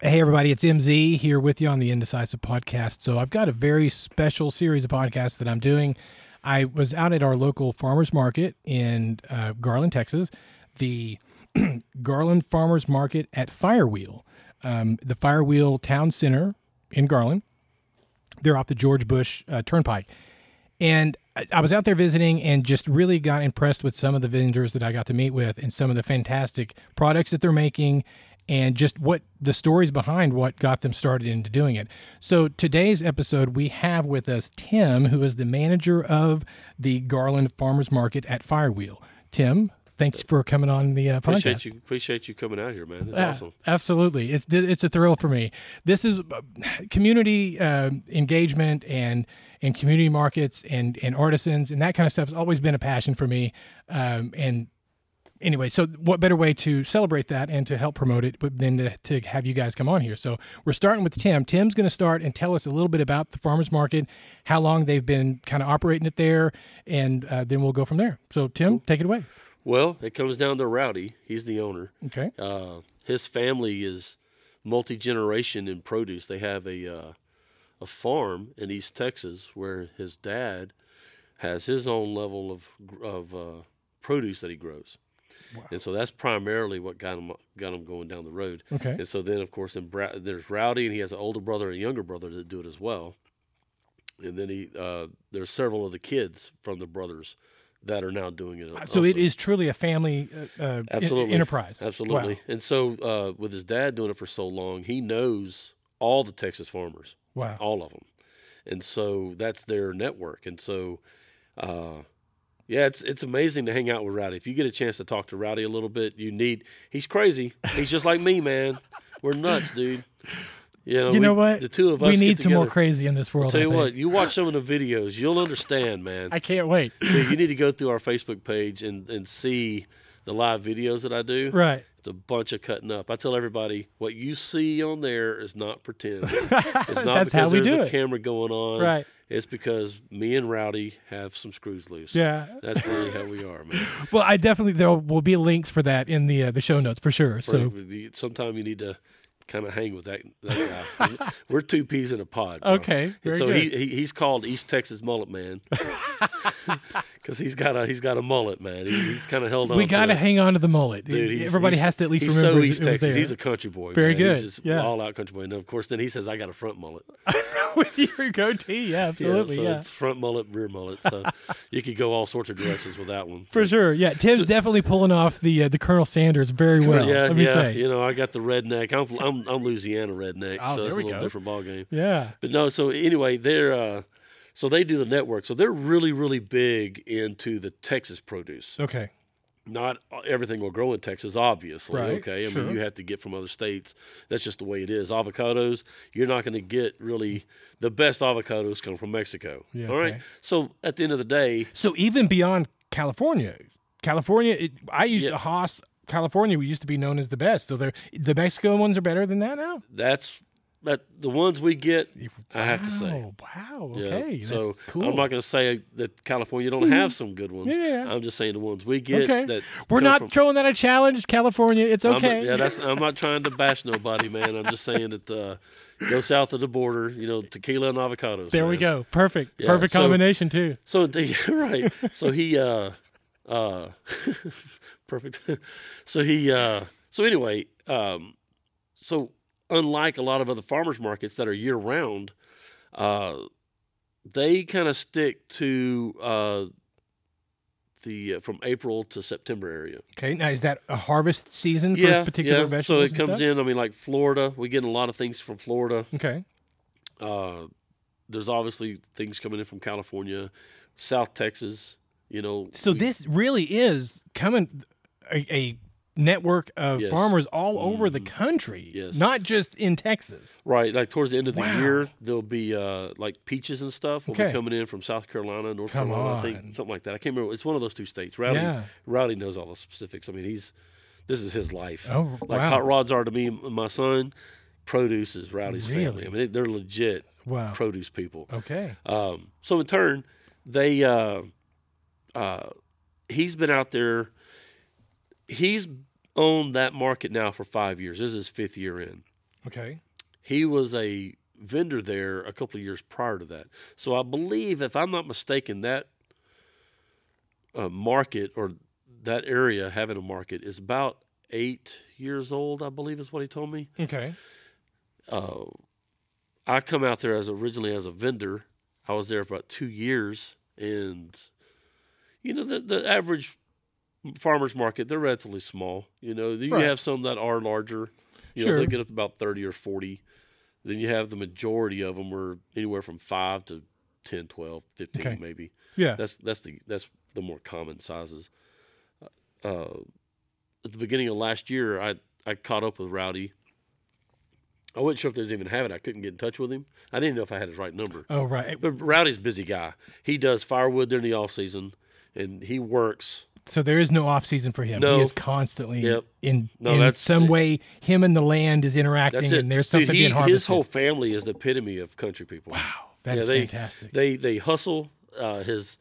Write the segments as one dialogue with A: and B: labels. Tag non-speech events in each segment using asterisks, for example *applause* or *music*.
A: everybody. It's MZ here with you on the Indecisive Podcast. So, I've got a very special series of podcasts that I'm doing. I was out at our local farmers market in uh, Garland, Texas, the Garland Farmers Market at Firewheel, um, the Firewheel Town Center in Garland. They're off the George Bush uh, Turnpike. And I, I was out there visiting and just really got impressed with some of the vendors that I got to meet with and some of the fantastic products that they're making and just what the stories behind what got them started into doing it. So today's episode, we have with us Tim, who is the manager of the Garland Farmers Market at Firewheel. Tim, thanks for coming on the uh, podcast.
B: Appreciate you, appreciate you coming out here, man. That's
A: Yeah,
B: awesome.
A: Absolutely, it's it's a thrill for me. This is uh, community um engagement and and community markets and and artisans and that kind of stuff has always been a passion for me. Um, and anyway, so what better way to celebrate that and to help promote it, but than to, to have you guys come on here? So we're starting with Tim. Tim's going to start and tell us a little bit about the farmers market, how long they've been kind of operating it there, and uh, then we'll go from there. So Tim, take it away.
B: Well, it comes down to Rowdy. He's the owner.
A: Okay.
B: Uh, his family is multi generation in produce. They have a uh, a farm in East Texas where his dad has his own level of gr- of uh, produce that he grows, and so that's primarily what got him got him going down the road.
A: Okay.
B: And so then, of course, in Bra- there's Rowdy, and he has an older brother and a younger brother that do it as well. And then he, uh, there's several of the kids from the brothers that are now doing it.
A: Uh, So it
B: also.
A: is truly a family uh, uh, en-
B: absolutely
A: enterprise.
B: Absolutely.
A: Wow.
B: And so uh, with his dad doing it for so long, he knows all the Texas farmers,
A: Wow.
B: all of them, and so that's their network. And so, uh, yeah, it's it's amazing to hang out with Rowdy. If you get a chance to talk to Rowdy a little bit, you need. He's crazy. He's just like me, man. We're nuts, dude. You know,
A: you
B: we-
A: know what?
B: The two of us.
A: We
B: get
A: need some more
B: together.
A: crazy in this world.
B: Tell you
A: I
B: what,
A: think.
B: you watch some of the videos, you'll understand, man.
A: I can't wait.
B: Dude, you need to go through our Facebook page and, and see the live videos that I do.
A: *laughs* Right.
B: It's a bunch of cutting up. I tell everybody what you see on there is
A: *laughs*
B: not pretend. It's not
A: That's
B: because
A: how we
B: there's
A: do
B: a
A: it.
B: camera going on.
A: Right.
B: It's because me and Rowdy have some screws loose.
A: Yeah.
B: That's really how we
A: *laughs*
B: are, man.
A: Well, I definitely there will be links for that in the uh, the show notes for sure. So
B: Sometimes you need to kind of hang with that, that
A: *laughs*
B: guy. We're two peas in a pod. bro.
A: Okay,
B: And
A: very
B: so
A: good.
B: He, he he's called East Texas
A: *laughs*
B: Mullet Man *laughs* because he's got a he's got a mullet, man. He, he's kind of held on.
A: we got to
B: it.
A: hang on to the mullet.
B: Dude, he's-
A: Everybody
B: he's-
A: has to at least
B: he's
A: remember
B: so
A: it
B: East
A: was
B: Texas.
A: there.
B: He's a country boy.
A: Very
B: man.
A: good,
B: He's just
A: yeah.
B: all out country boy. And of course, then he says, "I got a front mullet."
A: *laughs* with your goatee. Yeah,
B: You know,
A: absolutely.
B: so
A: Yeah,
B: it's front mullet, rear mullet.
A: *laughs*
B: So you could go all sorts of directions with that one.
A: for sure. Yeah, Tim's definitely pulling off the uh, the Colonel Sanders very well.
B: yeah,
A: let me
B: yeah.
A: say.
B: You know, I got the redneck. I'm I'm, I'm Louisiana redneck,
A: Oh,
B: so it's
A: there we
B: a little
A: go.
B: different ball game.
A: Yeah.
B: But no, so anyway, they're uh, so they do the network. So they're really, really big into the Texas produce.
A: Okay.
B: not everything will grow in Texas, obviously.
A: Right,
B: Okay. I
A: sure.
B: mean, you have to get from other states. That's just the way it is. Avocados, you're not going to get really the best avocados come from Mexico.
A: Yeah,
B: all right.
A: okay.
B: So at the end of the day,
A: So even beyond California, California, it, I used
B: Yeah.
A: to Haas. California we used to be known as the best. So they're, the Mexico ones are better than that now.
B: that's that the ones we get, I have to say.
A: Wow, Wow.
B: Yeah.
A: Okay.
B: so
A: that's cool. Mm-hmm.
B: I'm not going to say that California don't have some good ones.
A: Yeah, yeah.
B: I'm just saying the ones we get
A: Okay.
B: that
A: We're
B: come
A: not
B: from-
A: throwing that a challenge, California. It's
B: I'm-
A: okay.
B: yeah, that's. I'm not trying to bash nobody, man. I'm just saying that uh, go south of the border. You know, tequila and
A: *laughs*
B: avocados.
A: there we
B: man.
A: go. Perfect.
B: Yeah,
A: Perfect
B: so-
A: combination too.
B: So the- *laughs* right. So he uh uh *laughs* perfect. so he uh so anyway, um so unlike a lot of other farmers markets that are year round, uh they kind of stick to uh the uh, from April to September area.
A: Okay. Now is that a harvest season for particular
B: So
A: vegetables?
B: it comes in, I mean like Florida, we get a lot of things from Florida.
A: Okay.
B: Uh, there's obviously things coming in from California, South Texas, you know.
A: So
B: we-
A: this really is coming a, a network of
B: Yes.
A: farmers all over the
B: Mhm.
A: country,
B: Yes.
A: not just in Texas.
B: Right, like towards the end of the
A: Wow.
B: year, there'll be uh, like peaches and stuff will
A: Okay.
B: be coming in from South Carolina, North
A: Come
B: Carolina, I
A: on.
B: think something like that. I can't remember. It's one of those two states. Rowdy,
A: Yeah.
B: Rowdy knows all the specifics. I mean, he's this is his life.
A: Oh,
B: like
A: wow.
B: hot rods are to me and my son. Produce is Rowdy's
A: Really? Oh.
B: family. I mean, they- they're legit
A: Wow.
B: produce people.
A: okay.
B: Um, so in turn, they uh, uh, he's been out there. He's owned that market now for five years. This is his fifth year in
A: Okay.
B: He was a vendor there a couple of years prior to that. So I believe, if I'm not mistaken, that uh, market or that area having a market is about eight years old. I believe is what he told me.
A: Okay.
B: Uh, I come out there as originally as a vendor. I was there for about two years, and you know the the average farmers market they're relatively small. You know you
A: Right.
B: have some that are larger. You know
A: Sure.
B: they get up to about thirty or forty. Then you have the majority of them were anywhere from five to 10, 12, 15
A: Okay.
B: maybe.
A: Yeah.
B: That's that's the that's the more common sizes. Uh, at the beginning of last year, I I caught up with Rowdy. I wasn't sure if they was even having. it. I couldn't get in touch with him. I didn't know if I had his right number.
A: Oh right.
B: But Rowdy's a busy guy. He does firewood during the off season, and he works.
A: So there is no off season for him.
B: No.
A: He is constantly
B: Yep.
A: in
B: No,
A: in
B: that's-
A: some way. Him and the land is
B: That's
A: interacting,
B: it.
A: and there's
B: Dude,
A: something
B: he-
A: being harvested.
B: His whole family is the epitome of country people.
A: wow, that is
B: Yeah, they-
A: fantastic.
B: They they hustle. Uh, his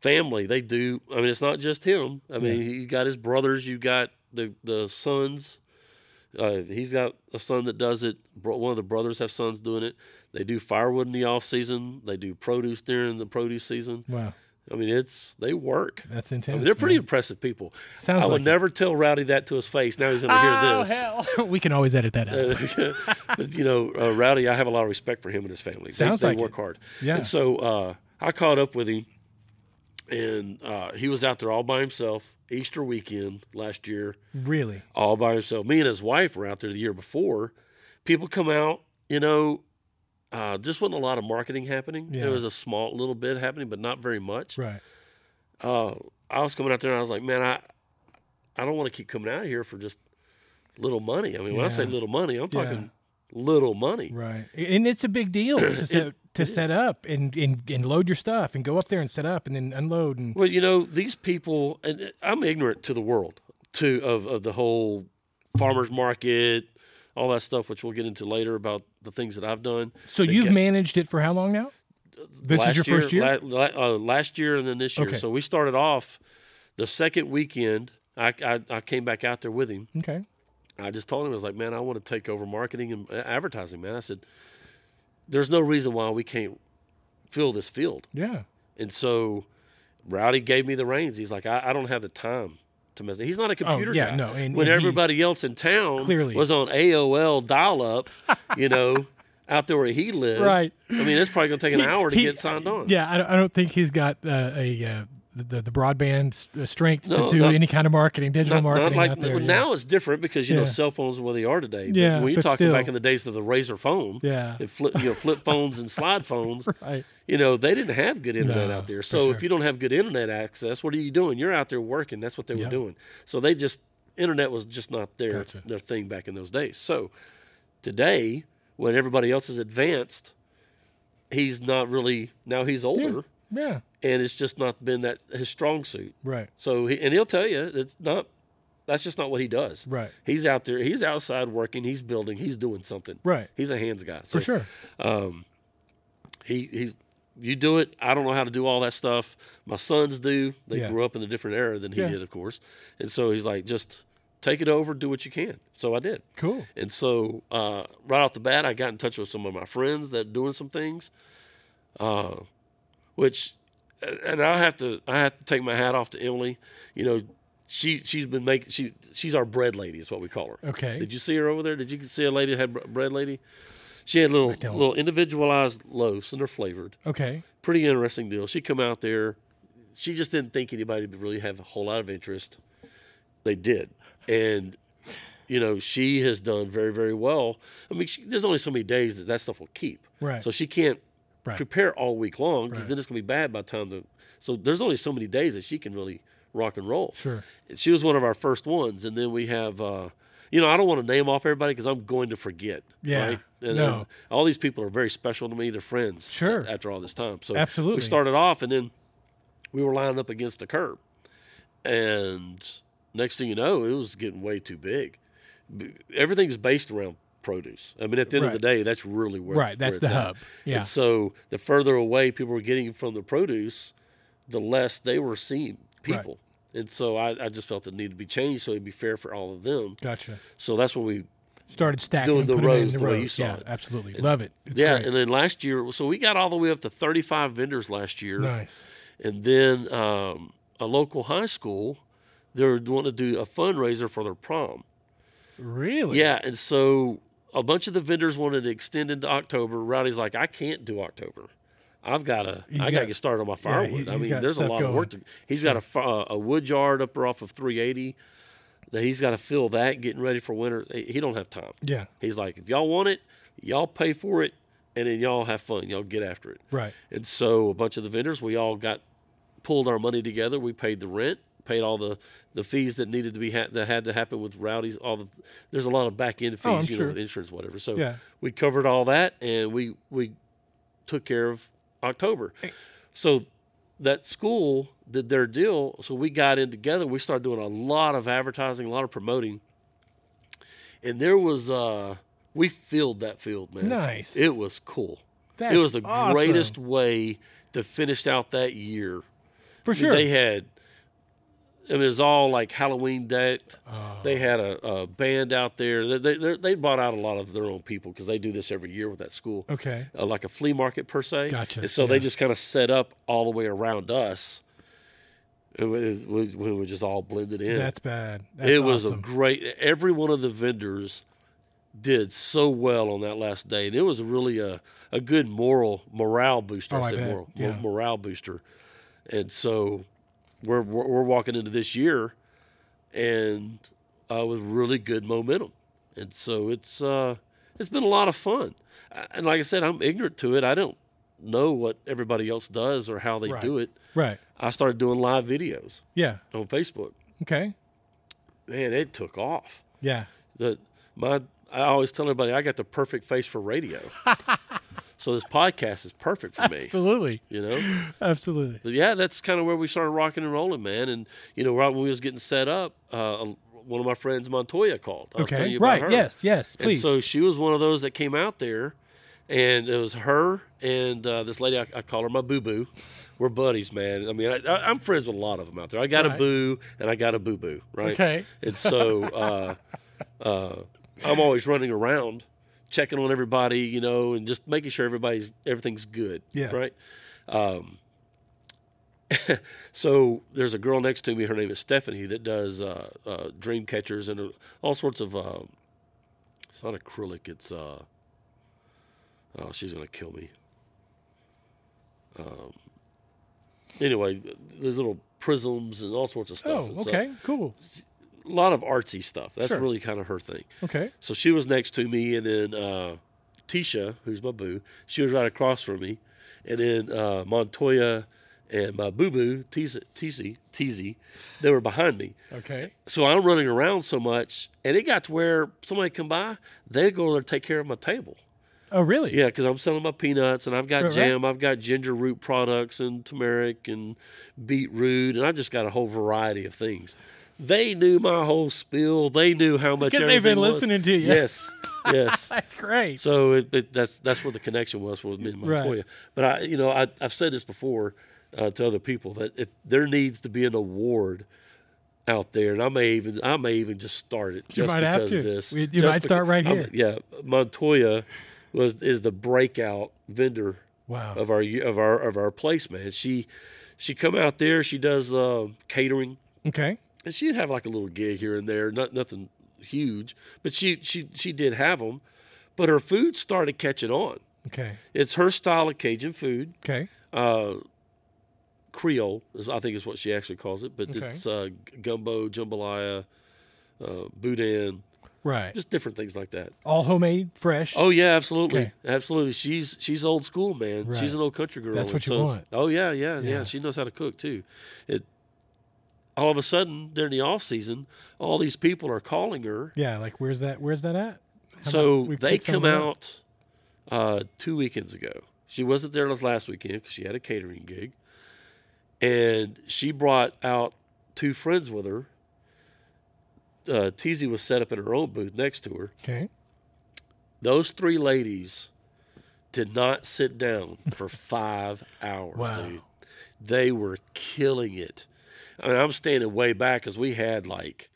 B: family they do. I mean, it's not just him. I mean, you got his brothers. You got the the sons. Uh, he's got a son that does it. Bro- One of the brothers have sons doing it. They do firewood in the off season. They do produce during the produce season.
A: wow,
B: I mean, it's they work.
A: that's
B: I
A: intense.
B: mean, they're pretty
A: man.
B: impressive people.
A: Sounds
B: I
A: like
B: would
A: it. Oh,
B: never tell Rowdy that to his face. Now he's going to hear this.
A: hell. *laughs* we can always edit that out.
B: Uh, *laughs* but you know, uh, Rowdy, I have a lot of respect for him and his family. They,
A: Sounds
B: they
A: like
B: work
A: it.
B: hard.
A: *laughs* Yeah.
B: And so uh, I caught up with him, and uh, he was out there all by himself Easter weekend last year,
A: really.
B: all by himself. Me and his wife were out there the year before. People come out, you know, uh, just wasn't a lot of marketing happening.
A: Yeah.
B: There was a small little bit happening, but not very much
A: Right.
B: uh, I was coming out there and I was like, man, I, I don't want to keep coming out here for just little money. I mean, when I say
A: Yeah.
B: little money, I'm
A: Yeah.
B: talking little money.
A: Right. And it's a big deal
B: *clears throat*
A: to set to set up and, and and load your stuff and go up there and set up and then unload and
B: Well, you know, these people, and I'm ignorant to the world, to of, of the whole farmers market, all that stuff, which we'll get into later about the things that I've done.
A: so
B: They
A: you've
B: get-
A: managed it for how long now? This is your first year?
B: la- la- uh, last year and then this year.
A: Okay.
B: So we started off the second weekend. I, I, I came back out there with him.
A: Okay.
B: I just told him, I was like, man, I want to take over marketing and uh, advertising, man. I said, there's no reason why we can't fill this field.
A: Yeah.
B: And so Rowdy gave me the reins. He's like, I, I don't have the time to mess. He's not a computer
A: oh yeah,
B: guy.
A: no. And,
B: when
A: and he-
B: everybody else in town
A: Clearly.
B: was on AOL dial up, you know, *laughs* out there where he lived.
A: Right.
B: I mean, it's probably going to take an
A: He-
B: hour to
A: he-
B: get signed on.
A: Yeah, I don't, I don't think he's got uh, a uh, the, the broadband s- uh, strength
B: No,
A: to do
B: not-
A: any kind of marketing, digital
B: Not- not
A: marketing
B: like-
A: out there.
B: well,
A: yeah.
B: now it's different because you know
A: Yeah.
B: cell phones are where they are today. But
A: Yeah,
B: when you're
A: but
B: talking back
A: still.
B: in the days of the razor phone, *laughs*
A: yeah.
B: and flip, you know, flip phones and slide phones,
A: Right.
B: you know, they didn't have good internet
A: No,
B: out there.
A: for
B: So
A: sure.
B: if you don't have good internet access, what are you doing? You're out there working. That's what they
A: Yeah.
B: were doing. So they just internet was just not their
A: Gotcha.
B: their thing back in those days. So today, when everybody else is advanced, he's not really now he's older
A: Yeah.
B: and it's just not been that his strong suit.
A: Right.
B: So he, and he'll tell you it's not that's just not what he does.
A: Right.
B: He's out there, he's outside working, he's building, he's doing something.
A: Right.
B: He's a hands guy.
A: For
B: So
A: sure.
B: um, he he's you do it. I don't know how to do all that stuff. My sons do. They
A: Yeah.
B: grew up in a different era than he
A: Yeah.
B: did, of course. And so he's like, just take it over, do what you can. So I did.
A: Cool.
B: And so uh, right off the bat, I got in touch with some of my friends that doing some things, uh, which, and I have to I have to take my hat off to Emily. You know, she she's been making she she's our bread lady is what we call her.
A: Okay.
B: Did you see her over there? Did you see a lady that had bre- bread lady? She had little
A: don't.
B: little individualized loaves and they're flavored.
A: okay.
B: Pretty interesting deal. She come out there. She just didn't think anybody would really have a whole lot of interest. They did, and you know she has done very very well. I mean, she, there's only so many days that that stuff will keep,
A: Right.
B: so she can't
A: Right.
B: prepare all week long because
A: Right.
B: then it's gonna be bad by the time the. So there's only so many days that she can really rock and roll
A: sure.
B: she was one of our first ones, and then we have, uh, you know, I don't want to name off everybody because I'm going to forget.
A: Yeah,
B: Right? And,
A: no.
B: and all these people are very special to me. They're friends.
A: Sure.
B: After all this time, so
A: Absolutely.
B: we started off, and then we were lining up against the curb, and next thing you know, it was getting way too big. B- Everything's based around produce. I mean, at the end of the day, that's really where
A: right.
B: It's,
A: That's
B: where
A: the
B: it's at.
A: hub. Yeah.
B: And so the further away people were getting from the produce, the less they were seeing
A: Right.
B: people. And so I, I just felt it needed to be changed so it'd be fair for all of them.
A: Gotcha.
B: So that's when we
A: started stacking
B: Doing
A: and
B: the
A: putting them
B: rows
A: in
B: the
A: the
B: way
A: rows.
B: you saw
A: yeah,
B: it.
A: absolutely. Love it. It's
B: yeah,
A: great.
B: and then last year, so we got all the way up to 35 vendors last year,
A: nice.
B: and then um, a local high school, they were want to do a fundraiser for their prom.
A: Really?
B: Yeah, and so a bunch of the vendors wanted to extend into October. Rowdy's like, I can't do October. I've got to.
A: He's
B: I got
A: got-
B: to get started on my
A: yeah, he-
B: firewood. I
A: he's
B: mean,
A: got
B: there's a
A: stuff
B: lot of work. To,
A: going.
B: he's got a fi- uh, a wood yard up or off of 380 that he's got to fill that, getting ready for winter. He he don't have time.
A: Yeah.
B: He's like, if y'all want it, y'all pay for it, and then y'all have fun. Y'all get after it.
A: Right.
B: And so a bunch of the vendors, we all got pulled our money together. We paid the rent, paid all the, the fees that needed to be ha- that had to happen with rowdies. All the there's a lot of back end fees,
A: Oh, I'm
B: you
A: sure.
B: know, insurance, whatever. So
A: Yeah.
B: we covered all that, and we we took care of October. So that school did their deal. So we got in together. We started doing a lot of advertising, a lot of promoting, and there was uh we filled that field, man.
A: Nice.
B: It was cool
A: That's
B: it was the
A: awesome.
B: greatest way to finish out that year.
A: for
B: I mean,
A: sure.
B: They had, it was all like Halloween decked.
A: Oh,
B: They had a, a band out there. They, they, they're- they bought out a lot of their own people because they do this every year with that school,
A: okay.
B: uh, like a flea market per se.
A: Gotcha,
B: And so they
A: yeah.
B: just kind of set up all the way around us. It was, we, we were just all blended in
A: That's bad. That's
B: it was a
A: awesome.
B: great. Every one of the vendors did so well on that last day, and it was really a, a good moral morale booster.
A: Oh, I
B: said
A: bet.
B: moral
A: Yeah.
B: morale booster, and so we're we're, we're walking into this year, and uh, with really good momentum, and so it's uh, it's been a lot of fun. I- And like I said, I'm ignorant to it. I don't know what everybody else does or how they
A: Right.
B: do it.
A: right.
B: I started doing live videos
A: Yeah.
B: on Facebook.
A: Okay.
B: Man, it took off
A: Yeah.
B: the my I always tell everybody I got the perfect face for
A: *laughs*
B: radio. so this podcast is perfect for me,
A: Absolutely.
B: you know.
A: Absolutely.
B: But yeah, that's kind of where we started rocking and rolling, man. And you know, right when we was getting set up, uh, one of my friends Montoya called. I was telling
A: Okay.
B: you about
A: Right.
B: her.
A: Yes. Yes.
B: And
A: Please.
B: so she was one of those that came out there, and it was her and uh, this lady. I, I call her my boo boo. We're buddies, man. I mean, I, I, I'm friends with a lot of them out there. I got a
A: Right.
B: boo and I got a boo boo, right?
A: okay.
B: And so uh, uh, I'm always running around, checking on everybody, you know, and just making sure everybody's everything's good.
A: Yeah.
B: Right. Um, *laughs* so there's a girl next to me. Her name is Stephanie that does uh, uh, dream catchers and uh, all sorts of. Uh, it's not acrylic. It's. Uh, oh, she's gonna kill me. Um, anyway, there's little prisms and all sorts of stuff. uh,
A: Oh.
B: And so-
A: Okay. cool.
B: a lot of artsy stuff. That's
A: Sure.
B: really kind of her thing.
A: Okay.
B: So she was next to me, and then uh, Tisha, who's my boo, she was right across from me, and then uh, Montoya and my boo boo Teasy, Teasy, Teasy, they were behind me.
A: Okay.
B: So I'm running around so much, and it got to where somebody come by, they go over and take care of my table.
A: Oh, really?
B: Yeah, because I'm selling my peanuts, and I've got
A: Right, right.
B: jam, I've got ginger root products, and turmeric, and beetroot, and I just got a whole variety of things. They knew my whole spiel. They knew how much.
A: Because they've been
B: everything was.
A: listening to you.
B: Yes,
A: *laughs*
B: yes.
A: That's great.
B: So it, it, that's that's where the connection was with me and
A: Right.
B: Montoya. But I, you know, I, I've said this before uh, to other people that if there needs to be an award out there, and I may even I may even just start it just
A: might
B: because
A: have
B: of
A: to.
B: this.
A: We- you
B: Just
A: might start
B: beca-
A: right
B: I'm-
A: here.
B: yeah, Montoya was is the breakout vendor
A: wow.
B: of our of our of our place, man. She she come out there. She does uh, catering
A: okay.
B: and she'd have like a little gig here and there, not nothing huge, but she she she did have them. But her food started catching on.
A: Okay.
B: It's her style of Cajun food,
A: Okay.
B: uh, Creole, is, I think is what she actually calls it, but
A: Okay.
B: it's uh, g- gumbo, jambalaya, uh, boudin,
A: Right.
B: just different things like that.
A: All homemade, fresh.
B: Oh yeah, absolutely,
A: Okay.
B: absolutely. She's she's old school, man.
A: Right.
B: She's an old country girl.
A: That's
B: and
A: what you
B: so-
A: want.
B: Oh yeah, yeah, yeah,
A: Yeah.
B: She knows how to cook too. It. All of a sudden, during the off season, all these people are calling her.
A: Yeah. Like, where's that? Where's that at? How
B: so
A: about we
B: they
A: pick
B: come
A: something up?
B: out uh, two weekends ago. She wasn't there this last weekend because she had a catering gig, and she brought out two friends with her. Uh, Teasy was set up in her own booth next to her,
A: Okay.
B: those three ladies did not sit down for five hours,
A: Wow.
B: dude. They were killing it. I mean, I'm standing way back because we had like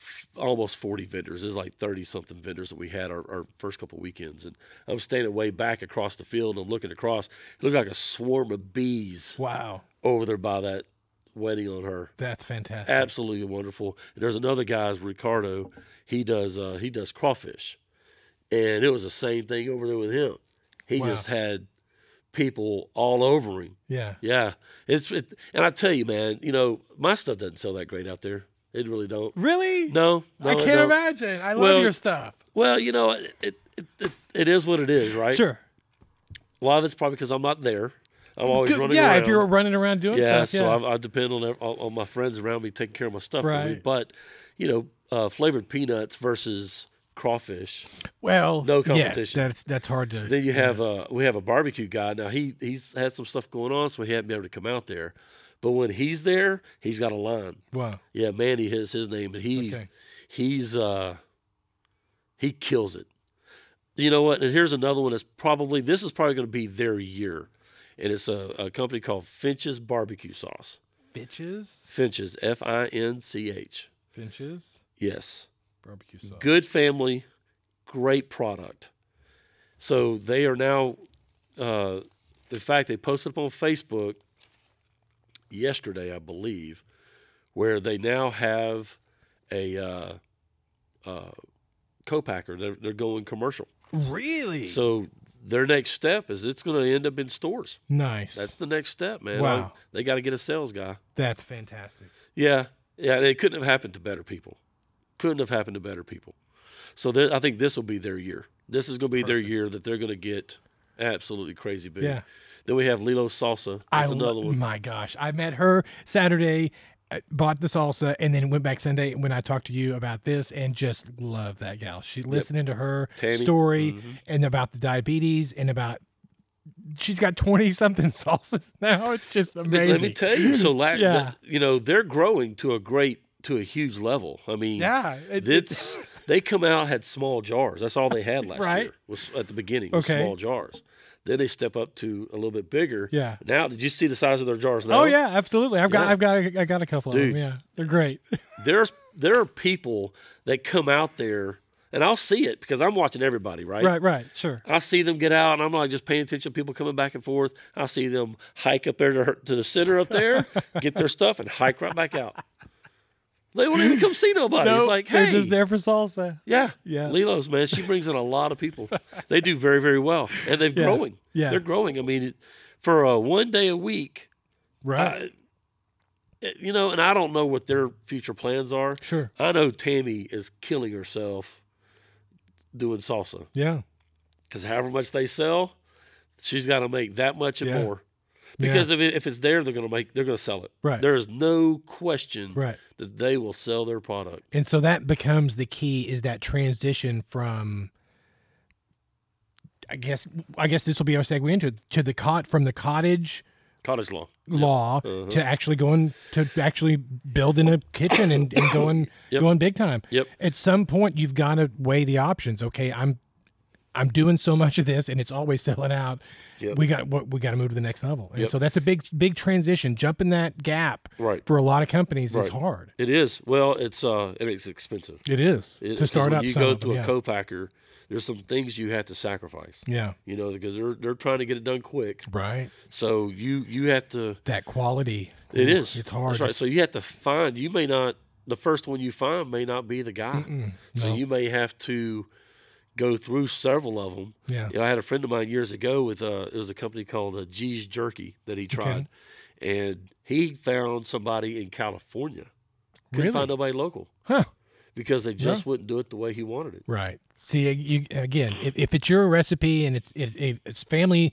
B: f- almost 40 vendors. There's like 30 something vendors that we had our, our first couple weekends. And I'm standing way back across the field. And I'm looking across. It looked like a swarm of bees
A: Wow,
B: over there by that wedding on her.
A: that's fantastic.
B: Absolutely wonderful. And there's another guy's Ricardo. He does uh, he does crawfish, and it was the same thing over there with him. He
A: Wow.
B: just had people all over him.
A: yeah,
B: Yeah, it's it, and I tell you, man, you know my stuff doesn't sell that great out there. It really don't.
A: really.
B: No, no
A: I
B: it
A: can't
B: don't.
A: imagine. I love
B: Well,
A: your stuff.
B: Well, you know, it it, it it is what it is, right?
A: Sure.
B: A lot of it's probably because I'm not there. I'm always
A: Good-
B: running
A: yeah,
B: around.
A: if you're running around doing
B: yeah,
A: stuff, yeah.
B: so I, I depend on, ev- on on my friends around me taking care of my stuff for me.
A: Right.
B: But you know, uh, flavored peanuts versus crawfish.
A: well,
B: no
A: yes,
B: competition.
A: that's that's hard to.
B: Then you have uh, we have a barbecue guy. Now he he's had some stuff going on, so he hadn't been able to come out there. But when he's there, he's got a line.
A: wow.
B: Yeah, Mandy is his name, and he
A: Okay.
B: he's uh, he kills it. You know what? And here's another one that's probably this is probably going to be their year, and it's a, a company called Finch's Barbecue Sauce.
A: Bitches,
B: Finch's, F I N C H.
A: finches,
B: Yes.
A: barbecue sauce.
B: Good family, great product. So they are now, uh, in fact, they posted up on Facebook yesterday, I believe, where they now have a uh, uh, co-packer. They're, they're going commercial.
A: Really
B: So their next step is it's going to end up in stores.
A: nice.
B: That's
A: That's,
B: the next step, man.
A: Wow.
B: Like, they got to get a sales guy.
A: fantastic.
B: Yeah, yeah, and it couldn't have happened to better people. Couldn't have happened to better people. So there, I think this will be their year. This is going to be their year that they're going to get absolutely crazy big.
A: Yeah.
B: Then we have Lilo Salsa. That's
A: I lo-
B: another one.
A: My gosh, I met her Saturday, uh, bought the salsa, and then went back Sunday when I talked to you about this, and just love that gal. She listening to her
B: Tammy. Mm-hmm.
A: story and about the diabetes and about she's got twenty something *laughs* salsas now. It's just
B: But
A: amazing.
B: let me tell you. So, la-
A: Yeah.
B: the- you know, they're growing to a great, to a huge level. I mean,
A: yeah, it- it's *laughs*
B: It's they come out had small jars. That's all they had last
A: Right.
B: year was at the beginning was
A: Okay.
B: small jars. Then they step up to a little bit bigger.
A: yeah.
B: Now, did you see the size of their jars? Now?
A: Oh yeah, absolutely. I've got
B: Yeah.
A: I've got a, I got a couple
B: Dude.
A: of them. Yeah, they're great.
B: there's there are people that come out there and I'll see it because I'm watching everybody, right?
A: right, right, sure.
B: I see them get out and I'm like just paying attention to people coming back and forth. I see them hike up there to, her- to the center
A: *laughs*
B: up there, get their stuff and hike right back out. They won't even come see nobody. it's
A: Nope,
B: like,
A: they're
B: hey,
A: just there for salsa.
B: yeah,
A: Yeah.
B: Lilo's man, she brings in a lot of people. They do very, very well, and
A: *laughs*
B: they're
A: Yeah,
B: growing.
A: yeah.
B: they're growing. I mean, it- for uh, one day a week,
A: Right,
B: I, you know, and I don't know what their future plans are.
A: sure.
B: I know Tammy is killing herself doing salsa
A: Yeah,
B: because however much they sell, she's got to make that much and
A: Yeah.
B: more.
A: Yeah.
B: Because if, it, if it's there, they're gonna make they're gonna sell it.
A: Right.
B: There is no question
A: right.
B: that they will sell their product.
A: And so that becomes the key is that transition from I guess I guess this will be our segue into it, to the cot from the cottage
B: Cottage law.
A: law
B: Uh-huh.
A: to actually going to actually building a kitchen and,
B: *coughs*
A: and going
B: Yep.
A: going big time.
B: Yep.
A: At some point you've got to weigh the options. Okay, I'm I'm doing so much of this and it's always selling out.
B: Yep.
A: We got what we got to move to the next level. And
B: Yep.
A: so that's a big big transition. Jumping that gap
B: Right.
A: for a lot of companies is
B: Right.
A: hard.
B: It is. Well, it's uh, and it's expensive.
A: It is
B: It-
A: to
B: 'cause
A: start
B: when
A: up.
B: You
A: some
B: go
A: of
B: to
A: them,
B: a
A: yeah.
B: co-packer. There's some things you have to sacrifice.
A: yeah.
B: You know, because they're they're trying to get it done quick.
A: Right.
B: So you you have to
A: That quality.
B: It
A: Ooh,
B: is.
A: It's hard.
B: That's right. So you have to find. You may not. The first one you find may not be the guy.
A: Mm,
B: So
A: no.
B: you may have to go through several of them.
A: yeah.
B: You know, I had a friend of mine years ago with uh, it was a company called uh, G's Jerky that he tried, and he found somebody in California. Couldn't
A: Really?
B: find nobody local
A: Huh.
B: because they just wouldn't do it the way he wanted it.
A: Right. See, you again. If, if it's your recipe and it's it, it, it's family,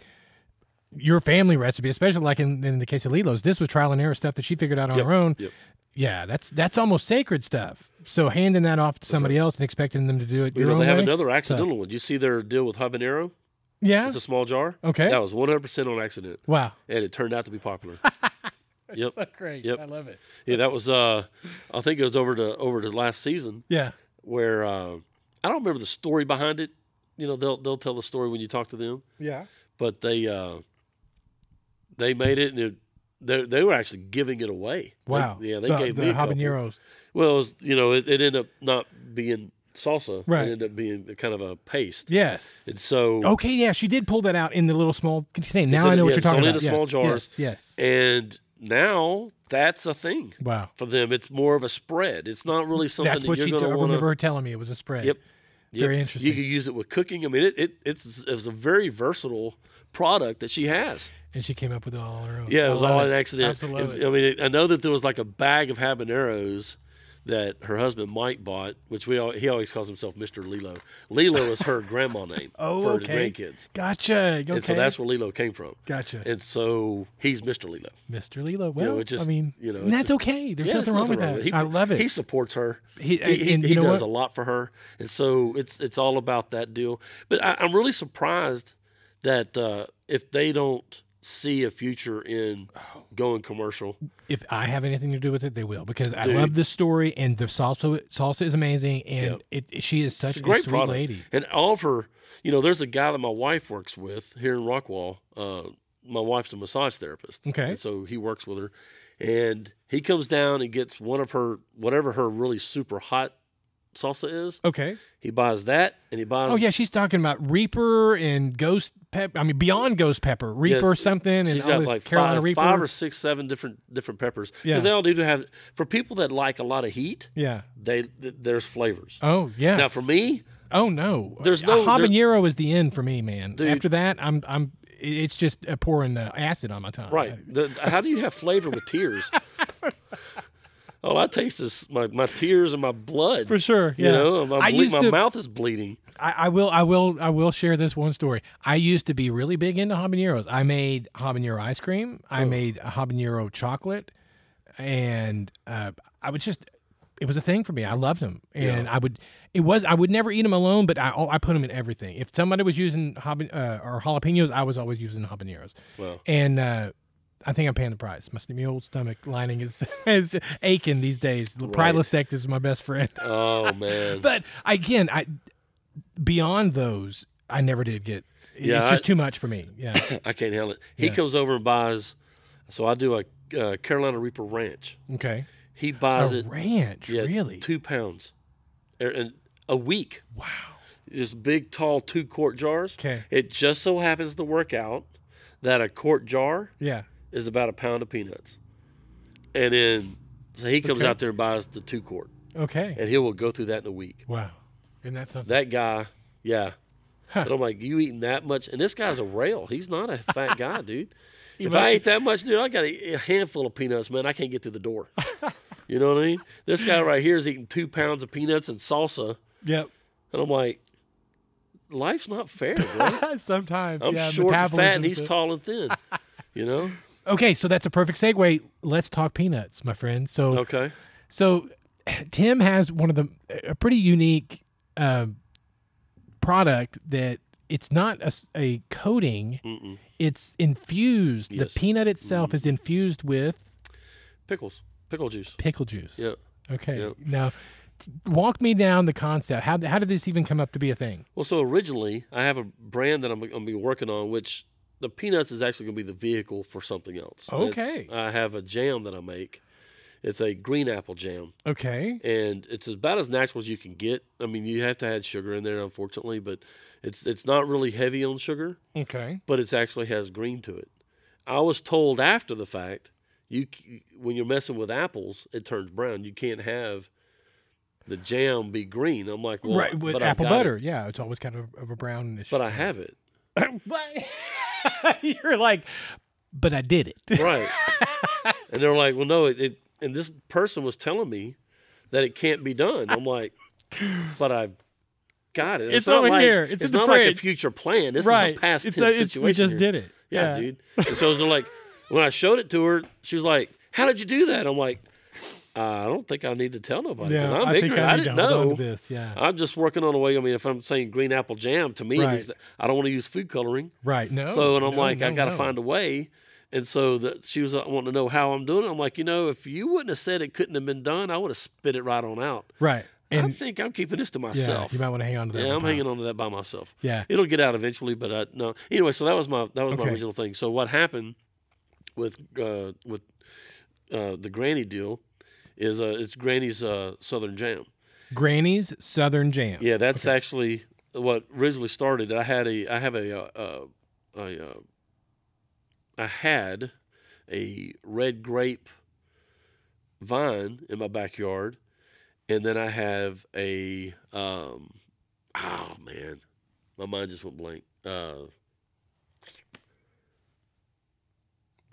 A: your family recipe, especially like in, in the case of Lilo's, this was trial and error stuff that she figured out on
B: Yep,
A: her own.
B: yep.
A: Yeah, that's that's almost sacred stuff. So handing that off to somebody else and expecting them to do it
B: You
A: your
B: know,
A: own
B: they have
A: way.
B: another accidental one. You see their deal with habanero?
A: yeah.
B: It's a small jar.
A: Okay.
B: That was 100% on accident,
A: Wow.
B: and it turned out to be popular. yep.
A: So great.
B: Yep.
A: I love it.
B: Yeah, that was uh I think it was over to over to last season
A: Yeah.
B: where uh, I don't remember the story behind it. You know, they'll they'll tell the story when you talk to them.
A: Yeah.
B: But they uh they made it and it, they they were actually giving it away. They-
A: Wow.
B: yeah, they
A: the,
B: gave
A: the
B: me a couple.
A: habaneros.
B: Well, it was, you know, it, it ended up not being salsa.
A: Right. Oh.
B: It ended up being kind of a paste.
A: Yes.
B: And so,
A: Okay, yeah, she did pull that out in the little small container. Now
B: in
A: I
B: a-
A: know what
B: yeah,
A: you're
B: it's
A: talking
B: only in
A: about.
B: a small
A: yes,
B: jar.
A: Yes, yes.
B: and now that's a thing
A: Wow.
B: for them. It's more of a spread. It's not really something
A: That's
B: that
A: what
B: you're
A: she
B: going
A: did. I
B: to want
A: remember her telling me it was a spread.
B: Yep.
A: Very
B: You
A: interesting.
B: can use it with cooking. I mean, it, it it's it's a very versatile product that she has.
A: and she came up with it all on her own.
B: Yeah,
A: I
B: it was
A: love
B: all an accident.
A: Absolutely.
B: If- I mean, it, I know that there was like a bag of habaneros that her husband Mike bought, which we all, he always calls himself Mister Lilo. Lilo is
A: *laughs*
B: her grandma name
A: Oh,
B: for
A: okay.
B: his grandkids,
A: Gotcha. Okay.
B: and so that's where Lilo came from.
A: gotcha.
B: And so he's Mister Lilo.
A: Mr. Lilo. Well,
B: it's
A: I
B: just-
A: mean,
B: you know,
A: and
B: it's
A: that's
B: just-
A: okay. There's
B: Yeah,
A: nothing, wrong with that.
B: He,
A: I love it.
B: He supports her.
A: He-
B: He, he,
A: and
B: he
A: you know
B: does
A: what?
B: a lot for her, and so it's it's all about that deal. But I, I'm really surprised that uh, if they don't see a future in going commercial,
A: if I have anything to do with it, they will because I
B: Dude.
A: love this story and the salsa. Salsa is amazing, and it she is such
B: It's
A: a,
B: a great
A: sweet
B: product.
A: lady.
B: And all of her, you know, there's a guy that my wife works with here in Rockwall. Uh, my wife's a massage therapist.
A: Okay.
B: And so he works with her. And he comes down and gets one of her, whatever her really super hot salsa is.
A: Okay.
B: He buys that and he buys.
A: Oh yeah, she's talking about Reaper and Ghost Pepper. I mean, beyond Ghost Pepper, Reaper
B: Yes,
A: something, and
B: She's
A: all
B: got
A: this
B: like
A: Carolina
B: five,
A: Reaper.
B: five or six, seven different different peppers because
A: Yeah.
B: they all do to have for people that like a lot of heat.
A: yeah.
B: They th- there's flavors.
A: Oh yeah.
B: Now for me,
A: Oh no.
B: There's
A: A
B: no- there-
A: habanero is the end for me, man.
B: Dude.
A: After that, I'm I'm. It's just uh, pouring uh, acid on my tongue.
B: right? The, how do you have flavor with tears? *laughs* All I taste is my, my tears and my blood.
A: For sure. Yeah.
B: You know, my,
A: I
B: ble-
A: used
B: my
A: to-
B: mouth is bleeding.
A: I, I will I will I will share this one story. I used to be really big into habaneros. I made habanero ice cream. I
B: Oh.
A: made a habanero chocolate, and uh, I would just it was a thing for me. I loved them, and I would it was I would never eat them alone, but I oh, I put them in everything. If somebody was using haban uh, or jalapenos, I was always using habaneros,
B: Well,
A: and. uh I think I'm paying the price. My, my old stomach lining is, *laughs* is aching these days. Prilosec is my best friend *laughs*
B: oh man.
A: but again, I beyond those, I never did get.
B: Yeah,
A: it's
B: I-
A: just too much for me. Yeah. *coughs*
B: I can't handle it. He
A: Yeah.
B: comes over and buys. So I do a uh, Carolina Reaper Ranch.
A: Okay.
B: He buys
A: a
B: it.
A: ranch,
B: yeah,
A: really?
B: Two pounds, Er, and a week.
A: wow.
B: just big, tall two quart jars.
A: Okay.
B: It just so happens to work out that a quart jar
A: Yeah.
B: is about a pound of peanuts. And then, so he comes
A: Okay.
B: out there and buys the two quart,
A: Okay.
B: and he will go through that in a week.
A: Wow. And that's something.
B: That guy, yeah.
A: Huh.
B: But I'm like, you eating that much? And this guy's a rail. He's not a
A: *laughs*
B: fat guy, dude. if
A: must
B: I
A: be-
B: ate that much, dude, I got a, a handful of peanuts, man. I can't get through
A: *laughs*
B: the door. you know what I mean? This guy right here is eating two pounds of peanuts and salsa.
A: Yep. *laughs*
B: And I'm like, life's not fair, bro.
A: Sometimes.
B: I'm
A: yeah,
B: short and fat, and
A: metabolism's
B: he's
A: a-
B: tall
A: *laughs*
B: and thin. You know?
A: Okay, so that's a perfect segue. Let's talk peanuts, my friend. So
B: Okay.
A: So, *sighs* Tim has one of the a pretty unique um, product that it's not a, s- a coating;
B: Mm-mm.
A: it's infused.
B: Yes. Mm-hmm.
A: The peanut itself is infused with
B: Pickles, pickle juice.
A: pickle juice.
B: Yeah.
A: Okay.
B: Yep.
A: Now, t- walk me down the concept. How how did this even come up to be a thing?
B: Well, so originally, I have a brand that I'm going to be working on, which the peanuts is actually going to be the vehicle for something else. It's-
A: Okay.
B: I have a jam that I make. It's a green apple jam,
A: Okay.
B: and it's about as natural as you can get. I mean, you have to add sugar in there, unfortunately, but it's it's not really heavy on sugar.
A: Okay.
B: but it actually has green to it. I was told after the fact, you c- when you're messing with apples, it turns brown. You can't have the jam be green. I'm like, well,
A: right with
B: but I've
A: apple
B: got it.
A: butter. Yeah, it's always kind of, of a brownish.
B: but I have it,
A: But *laughs* you're like, but I did it. *laughs*
B: right? and they're like, well, no, it, it. And this person was telling me that it can't be done. I'm like, but I've got it.
A: It's over
B: like,
A: here. It's in the
B: not like a
A: fridge.
B: future plan. This is a past
A: It's
B: tense
A: a- it's-
B: situation.
A: we just
B: here.
A: did it.
B: yeah, dude. And so they're like, when I showed it to her, she was like, "How did you do that?" I'm like, "I don't think I need to tell nobody because
A: Yeah,
B: I'm
A: I
B: ignorant.
A: Think I,
B: I,
A: need
B: didn't
A: to hold on to
B: know.
A: this. Yeah.
B: I'm just working on a way. I mean, if I'm saying green apple jam, to me, it
A: Right.
B: means that I don't want to use food coloring.
A: Right. No.
B: so, and I'm
A: no,
B: like, I
A: no,
B: got to
A: no.
B: find a way. And so that she was uh, wanting to know how I'm doing. it. I'm like, you know, if you wouldn't have said it couldn't have been done, I would have spit it right on out.
A: Right.
B: I
A: And
B: think I'm keeping this to
A: yeah,
B: myself.
A: you might want to hang on to that.
B: Yeah,
A: one,
B: I'm
A: pal.
B: hanging on to that by myself.
A: Yeah.
B: It'll get out eventually, but I, no. Anyway, uh, so that was my that was
A: Okay.
B: my original thing. So what happened with uh, with uh, the Granny deal is uh, it's Granny's uh, Southern Jam.
A: Granny's Southern Jam.
B: Yeah, that's actually what originally started. I had a I have a uh, uh, a uh, I had a red grape vine in my backyard, and then I have a um oh man, my mind just went blank. Uh,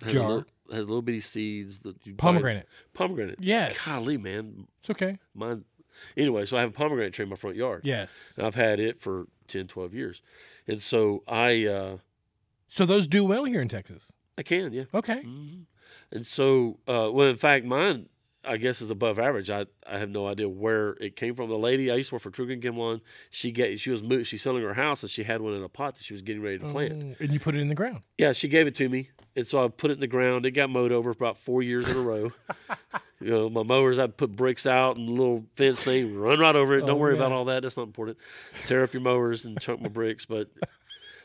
B: has a
A: Jar.
B: little- has little bitty seeds that you buy-
A: Pomegranate.
B: Pomegranate.
A: Yes.
B: Golly, man,
A: It's okay.
B: mine. Anyway, so I have a pomegranate tree in my front yard.
A: Yes.
B: And I've had it for 10, 12 years. And so I uh,
A: So those do well here in Texas.
B: I can, yeah.
A: Okay.
B: Mhm. And so, uh, well, in fact, mine, I guess, is above average. I, I have no idea where it came from. The lady I used to work for, Trugan Kim One, she get she was mo- she's selling her house and she had one in a pot that she was getting ready to plant.
A: Um, and you put it in the ground.
B: Yeah, she gave it to me, and so I put it in the ground. It got mowed over for about four years in
A: *laughs*
B: a row. you know, my mowers, I put bricks out and a little fence thing, run right over it. Don't
A: Oh,
B: worry about
A: yeah.
B: all that. That's not important. Tear up your mowers and chunk my bricks, but.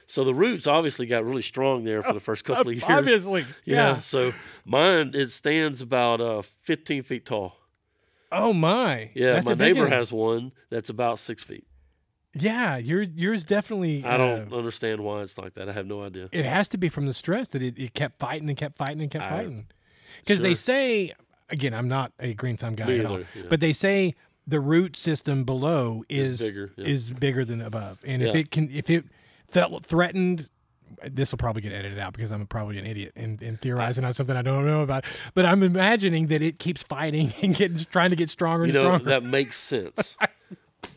B: So the roots obviously got really strong there for the
A: *laughs*
B: first couple of years.
A: Obviously.
B: Yeah.
A: Yeah.
B: So mine it stands about uh, 15 feet tall.
A: Oh my.
B: Yeah.
A: That's
B: my
A: a big
B: neighbor
A: one.
B: has one that's about six feet.
A: Yeah, your yours definitely.
B: I don't
A: uh,
B: understand why it's like that. I have no idea.
A: it has to be from the stress that it, it kept fighting and kept fighting and kept
B: I-
A: fighting. Because they
B: sure.
A: say again, I'm not a green thumb guy
B: Me
A: at all,
B: either, yeah.
A: but they say the root system below is
B: It's bigger, yeah.
A: is bigger than above, and if
B: Yeah.
A: it can if it felt threatened. This will probably get edited out because I'm probably an idiot and, and theorizing on something I don't know about. But I'm imagining that it keeps fighting *laughs* and getting trying to get stronger
B: you
A: and
B: know,
A: stronger.
B: that makes
A: *laughs*
B: sense.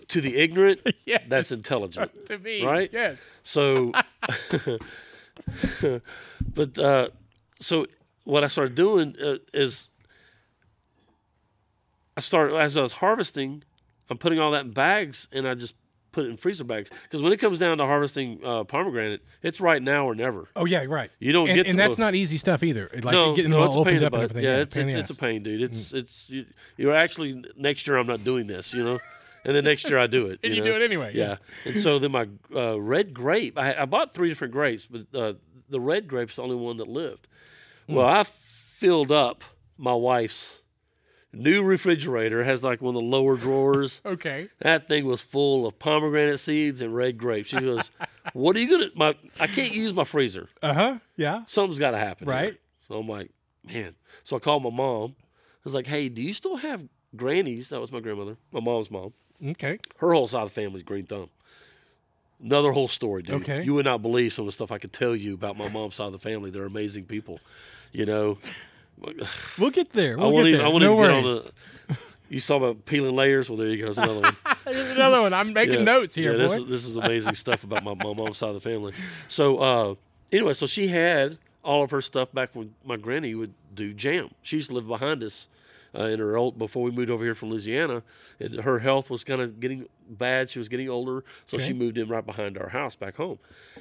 B: to the ignorant,
A: Yes.
B: that's intelligent.
A: to me,
B: right?
A: Yes.
B: So, *laughs* but uh, so what I started doing uh, is I started as I was harvesting, I'm putting all that in bags and I just put it in freezer bags because when it comes down to harvesting uh, pomegranate, it's right now or never.
A: Oh yeah, right.
B: You don't
A: and,
B: get
A: and
B: to-
A: that's not easy stuff either. Like
B: no,
A: getting
B: no,
A: them
B: it's
A: all
B: a
A: opened
B: pain in the
A: up and
B: butt.
A: everything.
B: Yeah,
A: yeah,
B: it's,
A: pain in
B: it's,
A: the
B: it's a
A: ass. Mm.
B: pain, dude. It's it's you, you're actually next year I'm not doing this, you know, and the next year I do it.
A: *laughs* And you
B: know?
A: do it anyway, yeah.
B: Yeah. and so then my uh, red grape, I, I bought three different grapes, but uh, the red grape's the only one that lived.
A: Hmm.
B: Well, I filled up my wife's new refrigerator. It has like one of the
A: *laughs*
B: lower drawers.
A: Okay.
B: That thing was full of pomegranate seeds and red grapes. She goes, "What are you gonna? My I can't use my freezer
A: Uh huh. Yeah.
B: something's got to happen. here.
A: Right.
B: So I'm like, man. So I called my mom. I was like, hey, do you still have grannies? That was my grandmother, my mom's mom.
A: Okay.
B: Her whole side of the family's green thumb. Another whole story, dude.
A: Okay.
B: You would not believe some of the stuff I could tell you about my mom's side of the family. They're amazing people, you know.
A: We'll get there. We'll
B: I won't
A: get
B: even.
A: there.
B: I won't
A: no
B: even get
A: worries.
B: on the. You saw about peeling layers. Well, there you go.
A: *laughs*
B: There's another one.
A: Here's another one.
B: *laughs*
A: I'm making notes here,
B: yeah,
A: boy.
B: This is, this is amazing stuff about my, my mom's side of the family. So uh, anyway, so she had all of her stuff back when my granny would do jam. She used to live behind us uh, in her old before we moved over here from Louisiana, and her health was kind of getting bad. She was getting older, so she
A: Okay.
B: moved in right behind our house back home,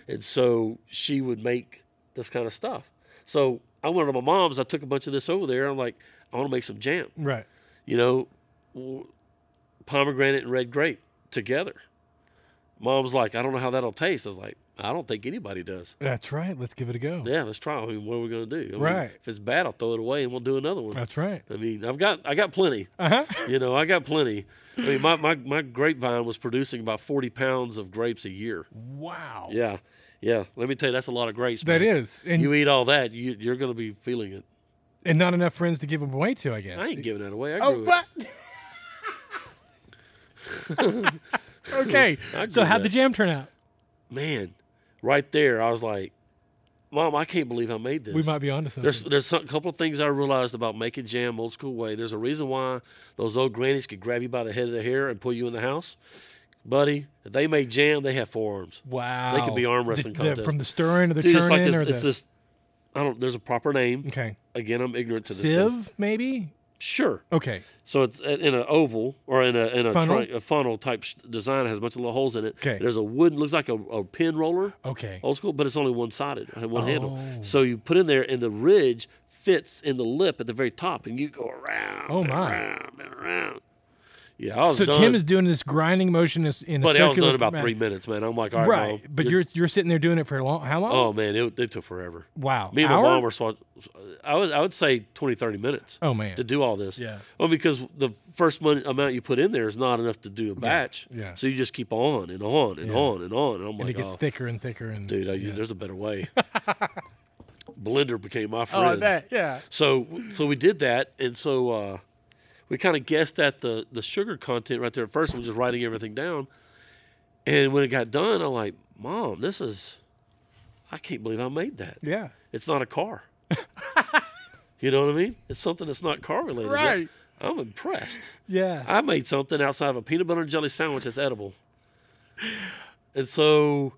B: and so she would make this kind of stuff. So I went to my mom's. I took a bunch of this over there. I'm like, I want to make some jam
A: right.
B: you know, w- pomegranate and red grape together. Mom's like, I don't know how that'll taste. I was like, I don't think anybody does.
A: That's right. Let's give it a go.
B: Yeah, let's try. it. I mean, what are we gonna do? I mean,
A: Right.
B: If it's bad, I'll throw it away and we'll do another one.
A: That's right.
B: I mean, I've got I got plenty.
A: Uh huh.
B: You know, I got plenty. I mean, my, my, my grapevine was producing about forty pounds of grapes a year.
A: Wow.
B: Yeah, yeah. Let me tell you, that's a lot of grapes.
A: That
B: man.
A: is, and
B: You eat all that, you, you're gonna be feeling it.
A: and not enough friends to give them away to, I guess.
B: I ain't giving that away. I grew
A: oh,
B: it. *laughs*
A: what? okay.
B: I
A: So
B: grew
A: how'd
B: that.
A: the jam turn out?
B: man, right there, I was like, Mom, I can't believe I made this.
A: We might be onto something.
B: There's there's some, couple of things I realized about making jam old school way. There's a reason why those old grannies could grab you by the head of the hair and pull you in the house, buddy. If they made jam, they have forearms.
A: Wow.
B: be arm
A: The-
B: wrestling
A: the-
B: contest.
A: from the stirring to the
B: Dude, it's like
A: turning
B: this.
A: or
B: It's
A: the
B: this. I don't. There's a proper name.
A: okay
B: Again, I'm ignorant to this. stuff.
A: sieve maybe.
B: Sure.
A: Okay.
B: So it's a- in an oval or in a in a,
A: Funnel?
B: tri- a funnel type sh- design. It has a bunch of little holes in it.
A: Okay.
B: There's a wooden. Looks like a, a pin roller.
A: Okay.
B: old school, but it's only one sided, one handle.
A: Oh.
B: So you put in there, and the ridge fits in the lip at the very top, and you go around.
A: Oh,
B: and
A: my.
B: Around and around. Yeah, I was
A: so
B: done.
A: Tim is doing this grinding motion is- in a
B: but I was
A: circular
B: done about
A: man-
B: three minutes, man. I'm like, all right,
A: Right,
B: Mom,
A: but
B: you're-
A: you're you're sitting there doing it for long. How long?
B: Oh man, it, it took forever.
A: wow,
B: Me and
A: Hour?
B: my mom were swat. I would I would say 20, 30 minutes
A: Oh man,
B: to do all this.
A: yeah,
B: Well, because the first mon- amount you put in there is not enough to do a batch.
A: yeah.
B: So you just keep on and on and
A: Yeah.
B: on and on. And I'm
A: and
B: like,
A: it gets
B: oh,
A: thicker and thicker and
B: dude, I,
A: yeah.
B: there's a better way.
A: *laughs*
B: Blender became my
A: oh, I
B: friend.
A: bet, yeah,
B: so so we did that, and so uh, we kind of guessed at the the sugar content right there at first. We're just writing everything down, and when it got done, I'm like, Mom, this is, I can't believe I made that.
A: yeah,
B: It's not
A: *laughs*
B: a car. you know what I mean? It's something that's not car related.
A: right,
B: I'm impressed.
A: yeah,
B: I made something outside of a peanut butter and jelly sandwich that's edible. And so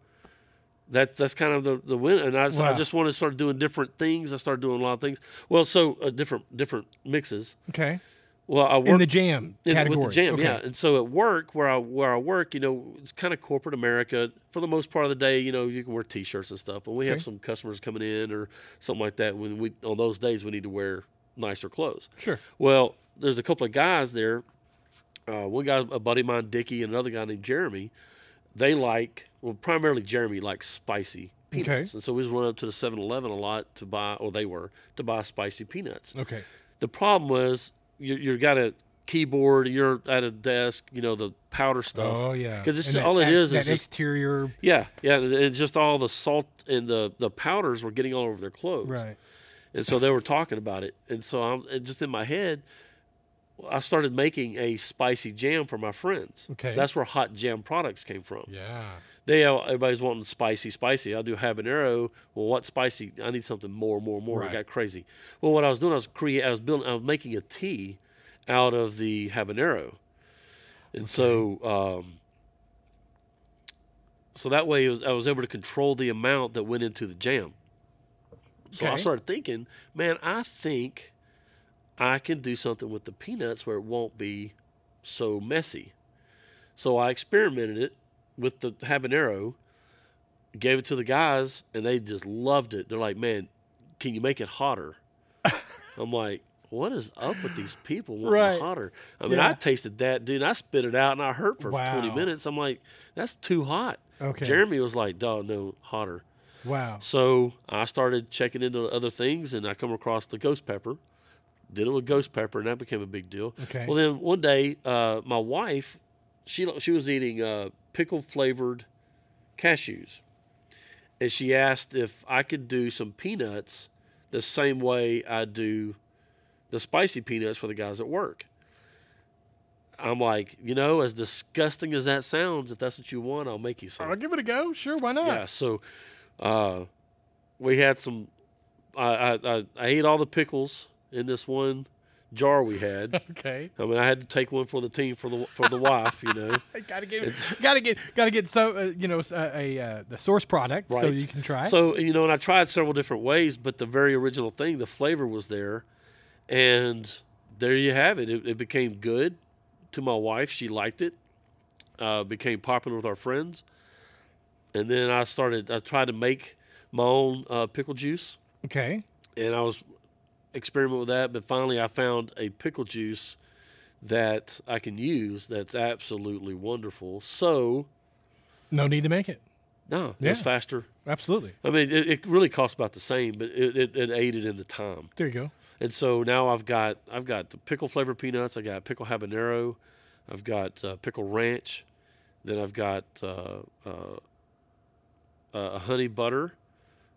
B: that that's kind of the the win. And I, just- I
A: Wow.
B: just want to start doing different things. I started doing a lot of things. Well, so uh, different different mixes.
A: okay.
B: Well, I
A: In
B: worked
A: the jam
B: in-
A: category,
B: with the jam,
A: okay.
B: yeah. And so at work, where I where I work, you know, it's kind of corporate America for the most part of the day. You know, you can wear T-shirts and stuff, but we
A: Okay.
B: have some customers coming in or something like that. When we on those days, we need to wear nicer clothes.
A: sure,
B: Well, there's a couple of guys there. Uh, one guy, a buddy of mine, Dickie, and another guy named Jeremy. They like, well, primarily Jeremy likes spicy
A: Okay.
B: peanuts, and so we was running up to the 7-Eleven a lot to buy, or they were to buy spicy peanuts.
A: okay,
B: The problem was you you got a keyboard, you're at a desk, you know the powder stuff.
A: oh yeah,
B: 'Cause it's-
A: And that-
B: all it
A: that-
B: is
A: that
B: is just-
A: exterior,
B: Yeah, yeah, and, and just all the salt and the the powders were getting all over their clothes.
A: right?
B: And so they were talking about it. And so I'm and just in my head, I started making a spicy jam for my friends.
A: Okay.
B: That's where hot jam products came from.
A: Yeah,
B: They all, everybody's wanting spicy, spicy. I'll do habanero. Well, what spicy? I need something more, more, more.
A: Right.
B: It got crazy. Well, what I was doing, I was creating, I was building, I was making a tea out of the habanero. And so, um, so that way it was, I was able to control the amount that went into the jam. So I
A: Okay.
B: started thinking, man, I think I can do something with the peanuts where it won't be so messy. So I experimented it with the habanero, gave it to the guys, and they just loved it. They're like, man, can you make
A: *laughs*
B: it hotter? I'm like, what is up with these people wanting
A: Right.
B: hotter? I mean,
A: Yeah.
B: I tasted that, dude. I spit it out and I hurt for 20
A: Wow.
B: minutes. I'm like, that's too hot.
A: okay,
B: Jeremy was like, dog, no, hotter.
A: wow,
B: So I started checking into other things and I come across the ghost pepper. Did it with ghost pepper and that became a big deal.
A: okay,
B: Well, then one day, uh, my wife, she she was eating uh, pickle flavored cashews, and she asked if I could do some peanuts the same way I do the spicy peanuts for the guys at work. I'm like, you know, as disgusting as that sounds, if that's what you want, I'll make you some.
A: I'll give it a go. Sure, why not?
B: Yeah, so uh, we had some. I, I I- I ate all the pickles in this one jar we had.
A: Okay,
B: I mean, I had to take one for the team for the for the wife, you know.
A: I gotta get, gotta get, gotta get some, uh, you know, s- uh, a uh, the source product so
B: Right.
A: you can try. it.
B: So you know, and I tried several different ways, but the very original thing, the flavor was there, and there you have it. It, it became good to my wife. She liked it. Uh, became popular with our friends, and then I started. I tried to make my own uh, pickle juice.
A: okay,
B: and I was experimenting with that, but finally I found a pickle juice that I can use that's absolutely wonderful. So
A: no need to make it.
B: no, it
A: Yeah.
B: was faster.
A: Absolutely.
B: I mean, it, it really cost about the same, but it, it, it aided in the time.
A: There you go.
B: And so now I've got I've got the pickle flavored peanuts. I got pickle habanero. I've got uh, pickle ranch. Then I've got uh, uh, uh, a honey butter.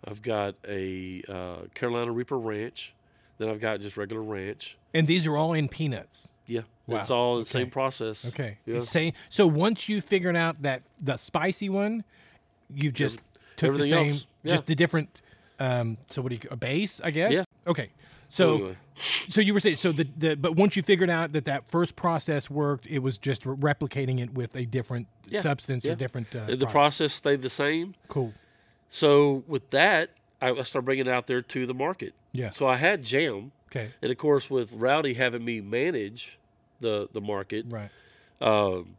B: I've got a uh, Carolina Reaper ranch. Then I've got just regular ranch.
A: And these are all in peanuts.
B: Yeah,
A: Wow.
B: it's all the
A: Okay.
B: same process.
A: Okay.
B: Yeah.
A: It's saying so once you've figured out that the spicy one, you just took
B: everything
A: the same,
B: else. Yeah.
A: just the different. Um, so what do you a base? I guess.
B: Yeah.
A: Okay. So uh,
B: Anyway,
A: so you were saying so the, the but once you figured out that that first process worked, it was just replicating it with a different
B: Yeah.
A: substance or
B: Yeah.
A: different. Uh,
B: the
A: product.
B: process stayed the same.
A: cool.
B: So with that, I, I started bringing it out there to the market.
A: Yeah.
B: So I had jam,
A: Okay.
B: and of course with Rowdy having me manage the the market,
A: Right.
B: um,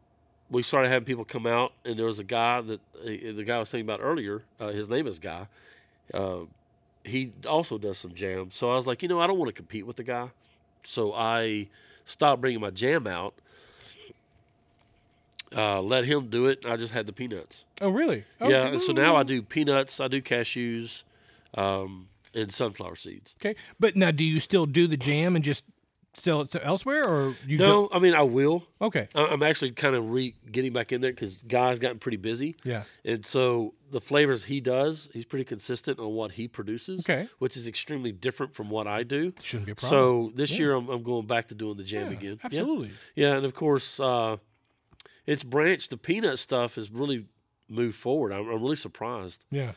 B: we started having people come out, and there was a guy that uh, the guy I was thinking about earlier. Uh, his name is Guy. Uh, he also does some jam. So I was like, you know, I don't want to compete with the guy, so I stopped bringing my jam out, uh, let him do it. And I just had the peanuts.
A: Oh, really?
B: yeah. And so now I do peanuts, I do cashews, um, and sunflower seeds.
A: Okay, but now do you still do the jam and just sell it so- elsewhere, or you
B: No, I mean, I will.
A: Don't? Okay.
B: I- I'm actually kind of re getting back in there because Guy's gotten pretty busy.
A: Yeah.
B: And so the flavors he does, he's pretty consistent on what he produces,
A: Okay.
B: which is extremely different from what I do.
A: Shouldn't be a problem.
B: So this year I'm, I'm going back to doing the jam
A: Yeah,
B: again. Yeah.
A: Absolutely.
B: Yeah, and of course, uh, it's branched. The peanut stuff has really moved forward. I'm, I'm really surprised.
A: Yeah.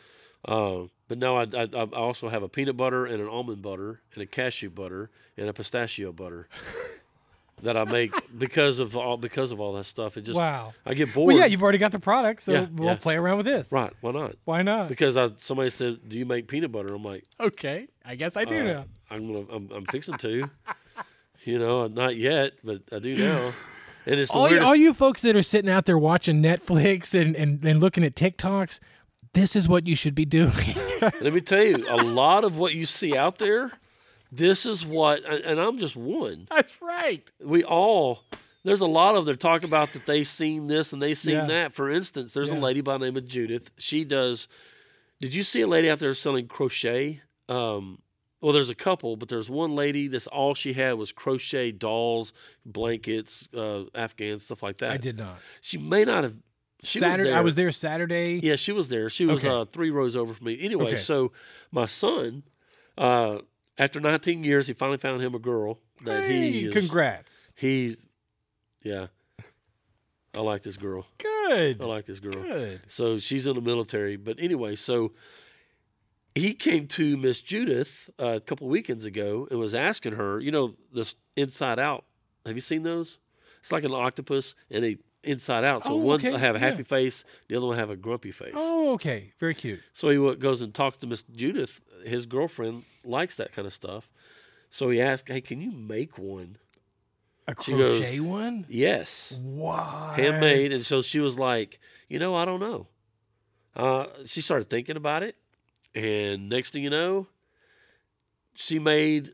B: Uh, but no, I, I, I also have a peanut butter and an almond butter and a cashew butter and a
A: *laughs*
B: pistachio butter that I make because of all because of all that stuff. It just
A: wow.
B: I get bored.
A: Well, yeah, you've already got the product, so
B: Yeah,
A: we'll
B: yeah.
A: play around with this.
B: right? Why not?
A: Why not?
B: Because I somebody said, "Do you make peanut butter?" I'm like,
A: Okay, I guess I do
B: uh,
A: now.
B: I'm gonna I'm, I'm fixing to. you know, not yet, but I do now. And it's the
A: all you,
B: weirdest.
A: all you folks that are sitting out there watching Netflix and, and, and looking at TikToks, this is what you should be *laughs* doing.
B: Let me tell you, a lot of what you see out there, this is what, and and I'm just one.
A: That's right.
B: We all, there's a lot of them talk about that they've seen this and they've seen
A: Yeah.
B: that. For instance, there's
A: Yeah.
B: a lady by the name of Judith. She does, did you see a lady out there selling crochet? Um, well, there's a couple, but there's one lady that's all she had was crochet dolls, blankets, uh, Afghans, stuff like that.
A: I did not.
B: She may not have. She
A: Saturday,
B: was
A: I
B: there.
A: was there Saturday.
B: Yeah, she was there. She was
A: Okay.
B: uh, three rows over from me. Anyway,
A: Okay.
B: so my son, uh, after 19 years, he finally found him a girl that
A: Hey,
B: he is,
A: congrats.
B: He, yeah, I like this girl.
A: Good.
B: I like this girl.
A: Good.
B: So she's in the military. But anyway, so he came to Miss Judith uh, a couple weekends ago and was asking her, you know, this Inside Out. Have you seen those? It's like an octopus and a Inside Out. So
A: Oh,
B: one
A: okay,
B: have a
A: yeah.
B: happy face, the other one have a grumpy face.
A: Oh, okay. Very cute.
B: So he wa- goes and talks to Miss Judith. His girlfriend likes that kind of stuff. So he asked, "Hey, can you make one?"
A: A
B: She goes-
A: crochet one?
B: Yes,
A: Wow.
B: handmade. And so she was like, "You know, I don't know." Uh, she started thinking about it, and next thing you know, she made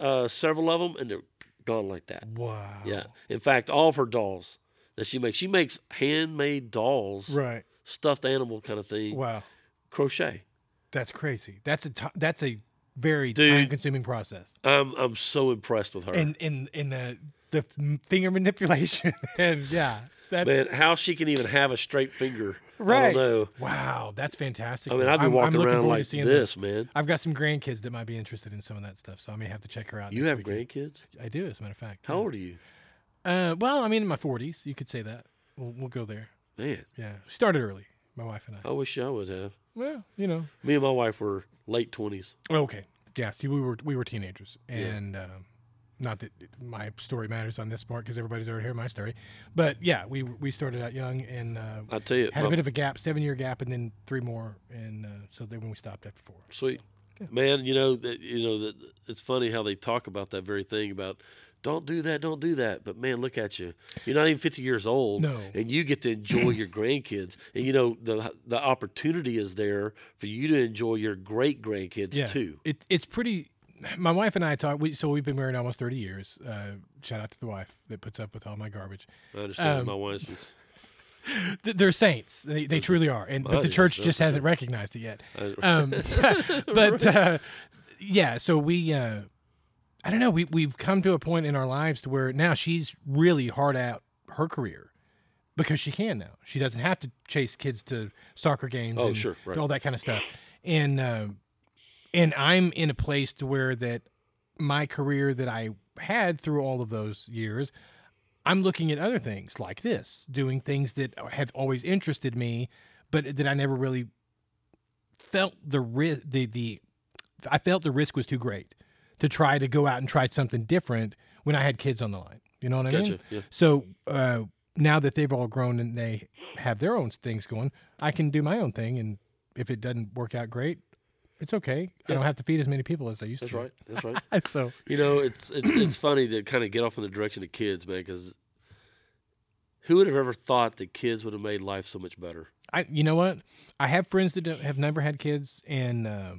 B: uh, several of them, and they're gone like that.
A: Wow.
B: Yeah. In fact, all of her dolls that she makes, she makes handmade dolls,
A: Right.
B: stuffed animal kind of thing,
A: Wow.
B: crochet.
A: That's crazy. That's a t- that's a very
B: Dude.
A: time consuming process.
B: I'm I'm so impressed with her.
A: And in in the the finger *laughs* manipulation and yeah, that's
B: Man, how she can even have a straight finger?
A: Right.
B: I don't know.
A: wow. That's fantastic.
B: I mean,
A: though.
B: I'd be
A: I'm- I'm
B: walking
A: looking
B: around
A: forward to
B: like
A: seeing
B: this, man.
A: I've got some grandkids that might be interested in some of that stuff, so I may have to check her out.
B: You
A: Uh, next
B: have
A: weekend.
B: grandkids?
A: I do, as a matter of fact.
B: How
A: yeah.
B: old are you?
A: Uh, well, I mean, in my forties, you could say that. We'll, we'll go there.
B: Man,
A: Yeah, we started early, my wife and I.
B: I wish I would have.
A: Well, you know.
B: Me and my wife were late twenties.
A: Okay. Yeah. See, we were we were teenagers,
B: Yeah.
A: and um, not that my story matters on this part because everybody's already heard my story. But yeah, we we started out young and uh,
B: I tell you,
A: had a
B: my-
A: bit of a gap, seven year gap, and then three more, and uh, so then when we stopped after four.
B: sweet man. You know that you know that it's funny how they talk about that very thing about don't do that, don't do that. But man, look at you. You're not even 50 years old,
A: No.
B: and you get to enjoy
A: *laughs*
B: your grandkids. And you know the the opportunity is there for you to enjoy your great grandkids too.
A: It, it's pretty. My wife and I talk. We, so we've been married almost thirty years. Uh, shout out to the wife that puts up with all my garbage.
B: I understand
A: Um,
B: my wife's was.
A: Th- They're saints. They, they truly are, and but
B: Mine
A: the
B: is,
A: church
B: that's
A: just hasn't recognized it yet.
B: *laughs* I-
A: Um,
B: *laughs*
A: *laughs* but uh, yeah, so we. Uh, I don't know. We we've come to a point in our lives to where now she's really hard out her career because she can now. She doesn't have to chase kids to soccer games.
B: Oh,
A: and,
B: sure,
A: and
B: right.
A: all that kind of stuff. And uh, and I'm in a place to where that my career that I had through all of those years, I'm looking at other things like this, doing things that have always interested me, but that I never really felt the risk. The the I felt the risk was too great to try to go out and try something different when I had kids on the line. You know what I mean?
B: Gotcha. Yeah.
A: So uh, now that they've all grown and they have their own things going, I can do my own thing. And if it doesn't work out great, it's okay. I
B: Yeah.
A: don't have to feed as many people as I used
B: That's
A: to.
B: right. That's right.
A: right. So
B: You know, it's it's it's funny to kind of get off in the direction of kids, man, because who would have ever thought that kids would have made life so much better?
A: I, you know what? I have friends that don't- have never had kids, and uh,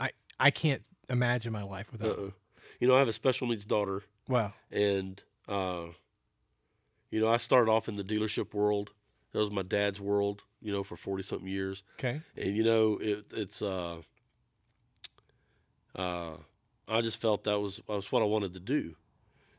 A: I I can't imagine my life
B: Uh
A: without.
B: uh You know, I have a special needs daughter,
A: Wow.
B: and uh, You know, I started off in the dealership world. That was my dad's world, you know, for 40 something years.
A: Okay.
B: And, you know, it, it's, uh, uh, I just felt that was, that was what I wanted to do.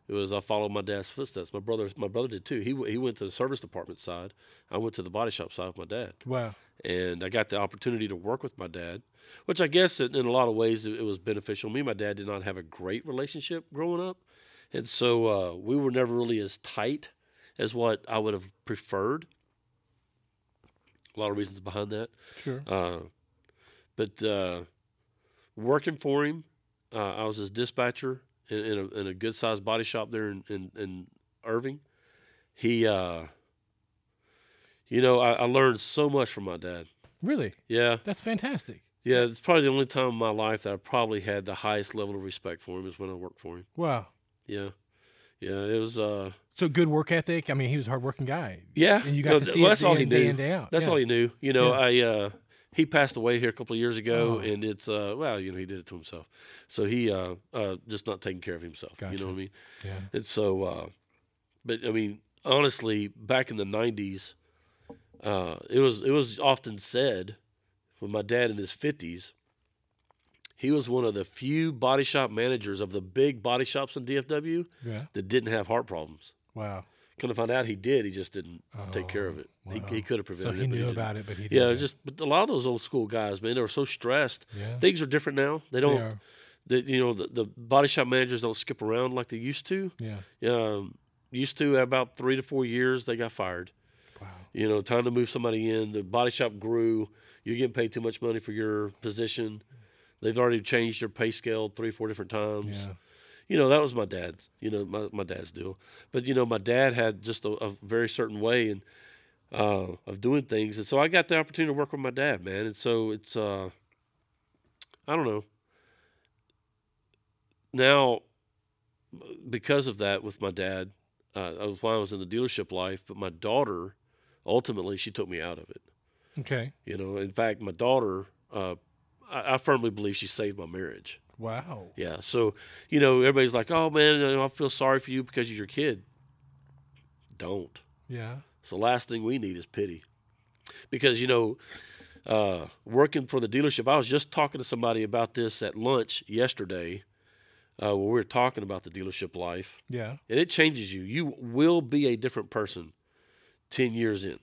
B: It was, I followed my dad's footsteps. My brother, my brother did too. He, w- he went to the service department side. I went to the body shop side with my dad
A: Wow.
B: and I got the opportunity to work with my dad, which I guess in, in a lot of ways it, it was beneficial. Me and my dad did not have a great relationship growing up, and so uh, we were never really as tight as what I would have preferred. A lot of reasons behind that,
A: Sure.
B: uh, but uh, working for him, uh, I was his dispatcher in, in, a, in a good sized body shop there in, in, in Irving. He, uh, you know, I, I learned so much from my dad.
A: Really?
B: Yeah,
A: That's fantastic.
B: yeah. It's probably the only time in my life that I probably had the highest level of respect for him is when I worked for him.
A: Wow.
B: Yeah, yeah. It was. uh
A: So good work ethic. I mean, he was a hardworking guy,
B: Yeah,
A: and you got
B: no,
A: to
B: th-
A: see
B: well,
A: it
B: that's
A: day
B: all
A: in,
B: he
A: day
B: knew.
A: in, day out.
B: That's
A: Yeah.
B: all he knew. You know, I uh, he passed away here a couple of years ago,
A: Oh.
B: and it's uh, well, you know, he did it to himself. So he uh, uh, just not taking care of himself. You
A: Gotcha.
B: know what I mean?
A: Yeah.
B: And so, uh, but I mean, honestly, back in the '90s, uh, it was it was often said when my dad in his 50s, he was one of the few body shop managers of the big body shops in DFW
A: Yeah.
B: that didn't have heart problems.
A: Wow.
B: Come to find out, he did. He just didn't take care of
A: Oh,
B: it. He,
A: wow.
B: he could have
A: So
B: prevented
A: he
B: it. but
A: knew
B: didn't.
A: about it, but he
B: Yeah,
A: didn't.
B: just but a lot of those old school guys, man, they were so stressed.
A: yeah.
B: Things are different now. They
A: They
B: don't,
A: are.
B: they you know, the, the body shop managers don't skip around like they used to.
A: Yeah.
B: Um, used to about three to four years, they got fired.
A: Wow.
B: You know, time to move somebody in. The body shop grew. You're getting paid too much money for your position. They've already changed your pay scale three, four different times
A: Yeah.
B: you know, that was my dad's, you know, my, my dad's deal. But, you know, my dad had just a, a very certain way and uh, of doing things. And so I got the opportunity to work with my dad, man. And so it's, uh, I don't know. Now, because of that with my dad, uh, that was why I was in the dealership life. But my daughter, ultimately, she took me out of it.
A: Okay.
B: You know, in fact, my daughter, uh, I, I firmly believe she saved my marriage.
A: Wow.
B: Yeah. So, you know, everybody's like, oh man, you know, I feel sorry for you because you're your kid. Don't.
A: Yeah.
B: It's the last thing we need is pity. Because, you know, uh, working for the dealership, I was just talking to somebody about this at lunch yesterday uh, when we were talking about the dealership life.
A: Yeah.
B: And it changes you. You will be a different person 10 years in.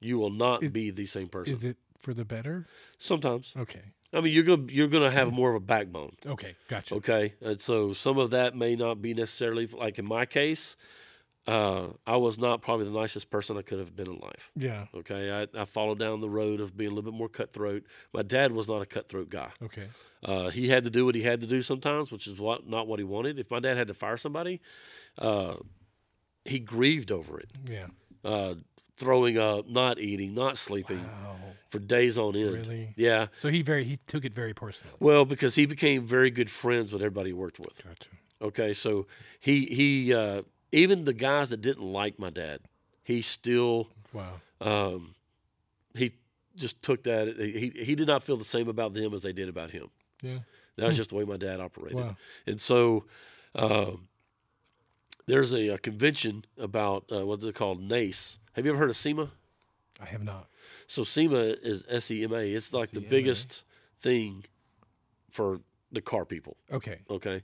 B: You will not
A: Is-
B: be the same person.
A: Is it for the better?
B: Sometimes.
A: Okay.
B: I mean, you're going to you're going to have more of a backbone.
A: Okay. Gotcha.
B: Okay, and so some of that may not be necessarily like in my case. Uh, I was not probably the nicest person I could have been in life.
A: Yeah.
B: Okay, I, I followed down the road of being a little bit more cutthroat. My dad was not a cutthroat guy.
A: Okay.
B: Uh, he had to do what he had to do sometimes, which is what not what he wanted. If my dad had to fire somebody, uh, he grieved over it,
A: Yeah.
B: uh, throwing up, not eating, not sleeping
A: Wow.
B: for days on end.
A: Really.
B: Yeah,
A: So he very he took it very personally.
B: well, because he became very good friends with everybody he worked with.
A: Gotcha.
B: Okay, so he he uh, even the guys that didn't like my dad, he still
A: Wow.
B: um, he just took that. He he did not feel the same about them as they did about him.
A: Yeah.
B: That was just the way my dad operated.
A: Wow.
B: And so um, there's a, a convention about uh, what they're called NACE. E. Have you ever heard of SEMA?
A: I have not.
B: So SEMA is S E M A. It's like the
A: SEMA.
B: biggest thing for the car people.
A: Okay.
B: Okay.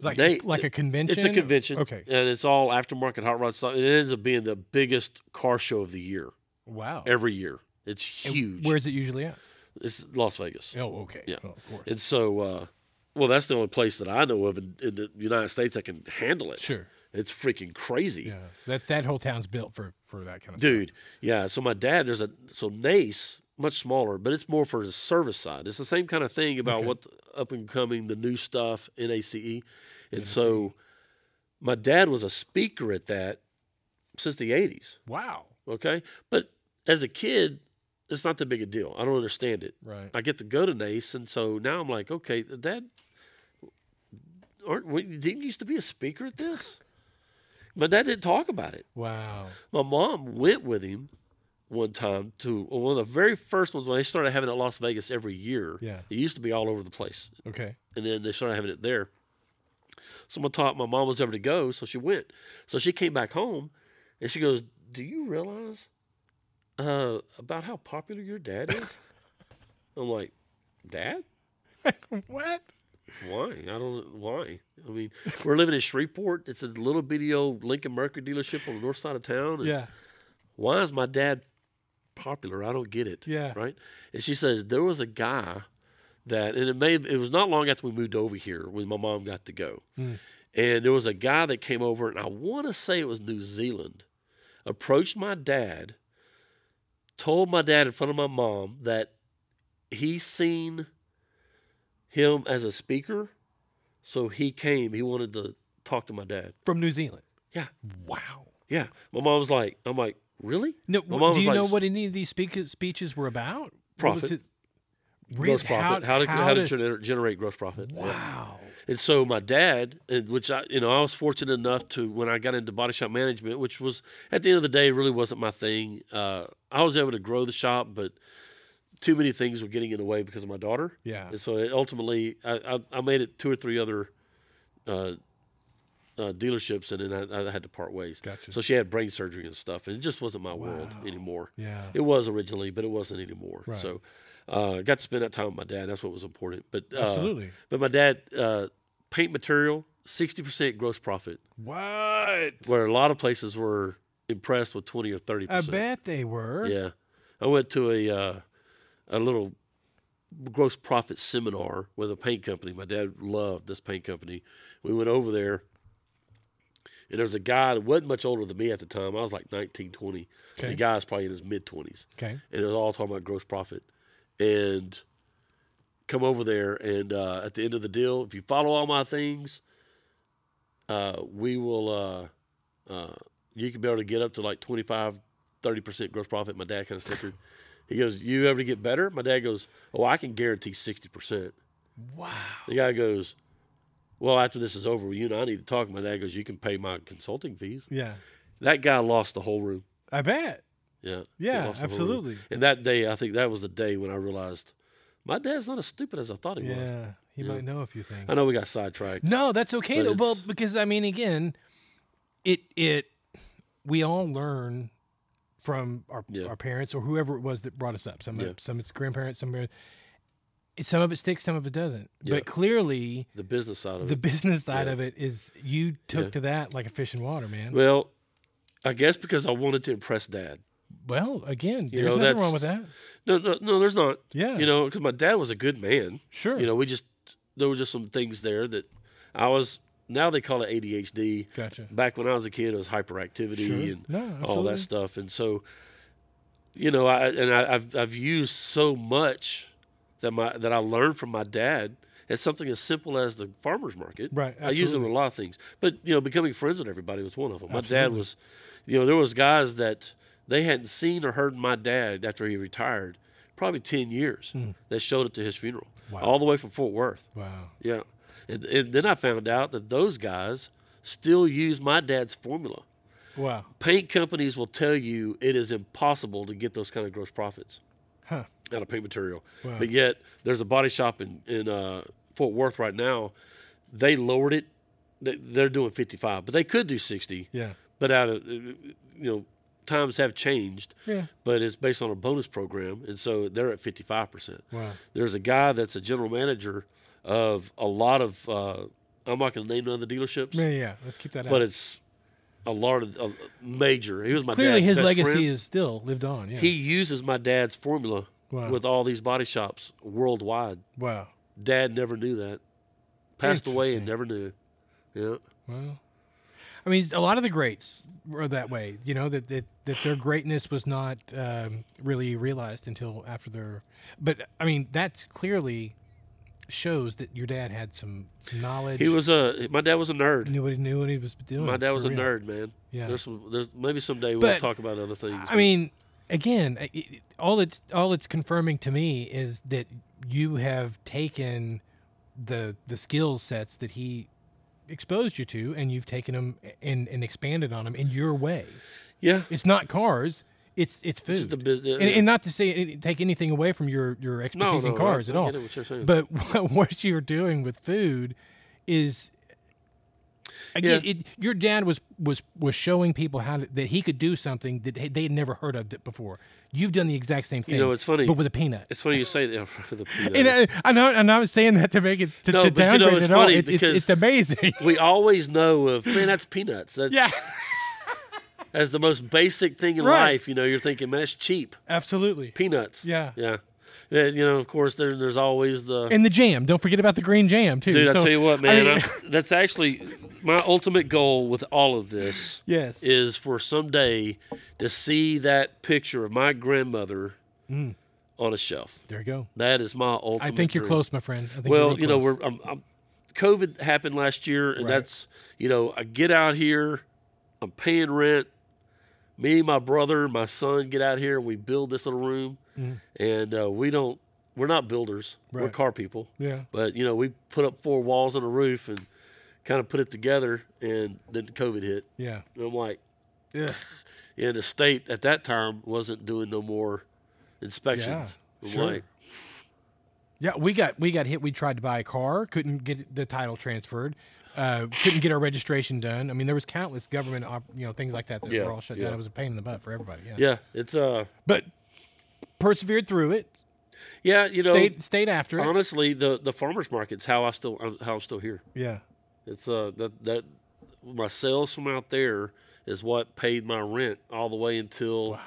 A: Like
B: They-
A: like a convention.
B: It's a convention.
A: Okay.
B: And it's all aftermarket hot rod stuff. It ends up being the biggest car show of the year
A: Wow.
B: every year. It's
A: And
B: huge.
A: Where is it usually at?
B: it's Las Vegas.
A: Oh, okay.
B: Yeah.
A: Oh, of course.
B: And so, uh, well, that's the only place that I know of in, in the United States that can handle it.
A: sure.
B: It's freaking crazy.
A: Yeah. That that whole town's built for for that kind of
B: Dude, yeah. So my dad, there's a so Nace, much smaller, but it's more for the service side. It's the same kind of thing about
A: Okay.
B: what up and coming, the new stuff, NACE. E. And
A: E.
B: so my dad was a speaker at that since the 80s.
A: Wow.
B: Okay. But as a kid, it's not that big a deal. I don't understand it.
A: Right.
B: I get to go to NACE. And so now I'm like, okay, Dad, aren't, we, didn't you used to be a speaker at this? My dad didn't talk about it.
A: Wow.
B: My mom went with him one time to one of the very first ones when they started having it at Las Vegas every year.
A: Yeah.
B: It used to be all over the place.
A: Okay.
B: And then they started having it there. Someone taught my mom was ever to go, so she went. So she came back home And she goes, Do you realize uh, about how popular your dad is? I'm like, Dad?
A: What?
B: Why? I don't why. I mean, we're living in Shreveport. It's a little bitty old Lincoln Mercury dealership on the north side of town. and
A: Yeah.
B: Why is my dad popular? I don't get it.
A: Yeah.
B: *laughs* Right? And she says, There was a guy that and it may it was not long after we moved over here when my mom got to go.
A: Mm.
B: And there was a guy that came over and I wanna say it was New Zealand, approached my dad, told my dad in front of my mom that he seen him as a speaker. So he came. He wanted to talk to my dad.
A: From New Zealand.
B: Yeah.
A: Wow.
B: Yeah. My mom was like, I'm like, really?
A: No,
B: My
A: wh-
B: mom
A: do
B: was
A: you
B: like,
A: know what any of these speak- speeches were about? What was
B: Profit.
A: it? Really?
B: Gross profit. How, to
A: how
B: how to
A: did-
B: gener- generate gross profit? Yeah.
A: Wow.
B: And so my dad, and which I, you know, I was fortunate enough to when I got into body shop management, which was at the end of the day really wasn't my thing. Uh, I was able to grow the shop, but too many things were getting in the way because of my daughter.
A: Yeah.
B: And so it ultimately, I, I, I made it two or three other uh, uh, dealerships, and then I, I had to part ways.
A: Gotcha.
B: So she had brain surgery and stuff, and it just wasn't my world
A: Wow.
B: anymore.
A: yeah.
B: It was originally, but it wasn't anymore.
A: Right.
B: So uh, I got to spend that time with my dad. That's what was important. But uh,
A: Absolutely.
B: But my dad, uh, paint material, sixty percent gross profit,
A: What?
B: where a lot of places were impressed with twenty or thirty
A: I
B: percent.
A: bet they were.
B: Yeah, I went to a uh, a little gross profit seminar with a paint company. My dad loved this paint company. We went over there, and there was a guy that wasn't much older than me at the time. I was like 19, 20.
A: Okay.
B: The guy's probably in his mid twenties,
A: Okay.
B: and it was all talking about gross profit. And come over there, and uh, at the end of the deal, if you follow all my things, uh, we will. Uh, uh, you can be able to get up to like 25, 30 percent gross profit. My dad kind of snickered. He goes, "You ever get better?" My dad goes, "Oh, I can guarantee sixty percent."
A: Wow.
B: The guy goes, "Well, after this is over, you and I need to talk." My dad goes, "You can pay my consulting fees."
A: Yeah.
B: That guy lost the whole room.
A: I bet.
B: Yeah. he
A: Yeah,
B: lost the whole room.
A: absolutely.
B: And that day, I think that was the day when I realized my dad's not as stupid as I thought he was.
A: Yeah. He
B: Yeah.
A: might know a few things.
B: I know we got sidetracked.
A: No, that's okay.
B: But
A: Though. Well,
B: it's-
A: because I mean, again, it it we all learn from our
B: Yeah.
A: our parents or whoever it was that brought us up. Some
B: Yeah.
A: of, some it's grandparents, some are- some of it sticks, some of it doesn't.
B: Yeah.
A: But clearly,
B: The business side of
A: the *laughs*
B: it.
A: business side
B: Yeah.
A: of it is you took
B: Yeah.
A: to that like a fish in water, man. Well,
B: Well, I guess because I wanted to impress dad.
A: again,
B: You
A: there's
B: know,
A: nothing wrong
B: that's-
A: with that.
B: No, no, no. There's not.
A: Yeah,
B: You know, because my dad was a good man.
A: sure.
B: You know, we just there were just some things there that I was. Now they call it ADHD.
A: gotcha.
B: Back when I was a kid, it was hyperactivity
A: Sure.
B: and
A: no,
B: all
A: absolutely.
B: that stuff. And so, you know, I and I, I've I've used so much that my that I learned from my dad. It's something as simple as the farmers market.
A: Right,
B: I use it
A: absolutely.
B: with a lot of things, but you know, becoming friends with everybody was one of them. My dad
A: Absolutely.
B: was, you know, there was guys that they hadn't seen or heard my dad after he retired, probably ten years, that showed up to his funeral,
A: Hmm. Wow.
B: all the way from Fort Worth.
A: Wow.
B: Yeah. And, and then I found out that those guys still use my dad's formula
A: Wow.
B: paint companies will tell you it is impossible to get those kind of gross profits
A: Huh.
B: out of paint material.
A: Wow.
B: But yet, there's a body shop in, in uh, Fort Worth right now. They lowered it. They- They're doing 55, but they could do 60.
A: Yeah.
B: But out of, you know, times have changed,
A: Yeah.
B: but it's based on a bonus program. And so they're at 55%
A: Wow.
B: there's a guy that's a general manager of a lot of uh, I'm not going to name none of the dealerships,
A: Yeah. Yeah. Let's keep that out.
B: but it's a lot of a major. He was my
A: clearly
B: dad's
A: his
B: best
A: legacy
B: friend.
A: is still lived on. Yeah.
B: He uses my dad's formula
A: Wow.
B: with all these body shops worldwide.
A: wow.
B: Dad never knew that. Passed away and
A: Interesting.
B: never knew. Yeah,
A: Wow. I mean, a lot of the greats were that way. You know that that, that their greatness was not um, really realized until after their. But I mean, that's clearly shows that your dad had some, some knowledge.
B: he was a. My dad was a nerd.
A: knew what he knew what he was doing.
B: My dad was
A: for
B: a
A: real.
B: nerd, man.
A: Yeah.
B: There's some. There's maybe someday we'll
A: But,
B: talk about other things.
A: I
B: but-
A: mean, again, i- i- all it's all it's confirming to me is that you have taken the the skill sets that he exposed you to, and you've taken them and, and expanded on them in your way.
B: yeah.
A: It's not cars. It's it's
B: This is
A: food.
B: the business.
A: and, and not to say any- take anything away from your your expertise in cars
B: I,
A: at all. *laughs*
B: I get what you're saying.
A: But what, what you're doing with food is Again, it, your dad was was was showing people how to, that he could do something that they had never heard of before. You've done the exact same thing.
B: You know, it's funny.
A: but with a peanut.
B: It's funny you say that *laughs* for the peanut.
A: And I, I know, and I was saying that to make it to,
B: No,
A: to
B: but you know,
A: downgrade
B: it's
A: it all.
B: funny
A: It- it's,
B: because-
A: it's amazing. *laughs*
B: we always know of man, that's peanuts. That's
A: yeah,
B: as the most basic thing in
A: Right.
B: life. You know, you're thinking, man, that's cheap
A: absolutely.
B: peanuts.
A: Yeah.
B: yeah, Yeah, You know, of course, there, there's always the
A: And the jam. Don't forget about the green jam too.
B: dude.
A: so,
B: I tell you what, man,
A: mean-
B: I- that's actually my ultimate goal with all of this
A: *laughs* yes.
B: is for someday to see that picture of my grandmother
A: Mm.
B: on a shelf.
A: there you go.
B: That is my ultimate.
A: I think you're
B: dream.
A: close, my friend. I think you're
B: Well,
A: real
B: you know,
A: close.
B: we're I'm, I'm, COVID happened last year, and
A: Right.
B: that's you know, I get out here, I'm paying rent. Me, my brother, my son get out here, and we build this little room,
A: Mhm.
B: and uh, we don't. We're not builders. We're
A: Right.
B: car people.
A: yeah.
B: But you know, we put up four walls and a roof, and kind of put it together. And then COVID hit,
A: Yeah.
B: and I'm like,
A: Yeah.
B: and the state at that time wasn't doing no more inspections. I'm
A: sure.
B: like,
A: Yeah, we got we got hit. We tried to buy a car, couldn't get the title transferred, uh, couldn't get our registration done. I mean, there was countless government, op- you know, things like that that
B: Yeah,
A: were all shut
B: yeah.
A: down. It was a pain in the butt for everybody. Yeah,
B: yeah, it's uh,
A: but persevered through it.
B: yeah, you know,
A: stayed stayed after it.
B: honestly the the farmers market's how i still uh, how i'm still here
A: yeah,
B: it's uh that that my sales from out there is what paid my rent all the way until
A: Wow.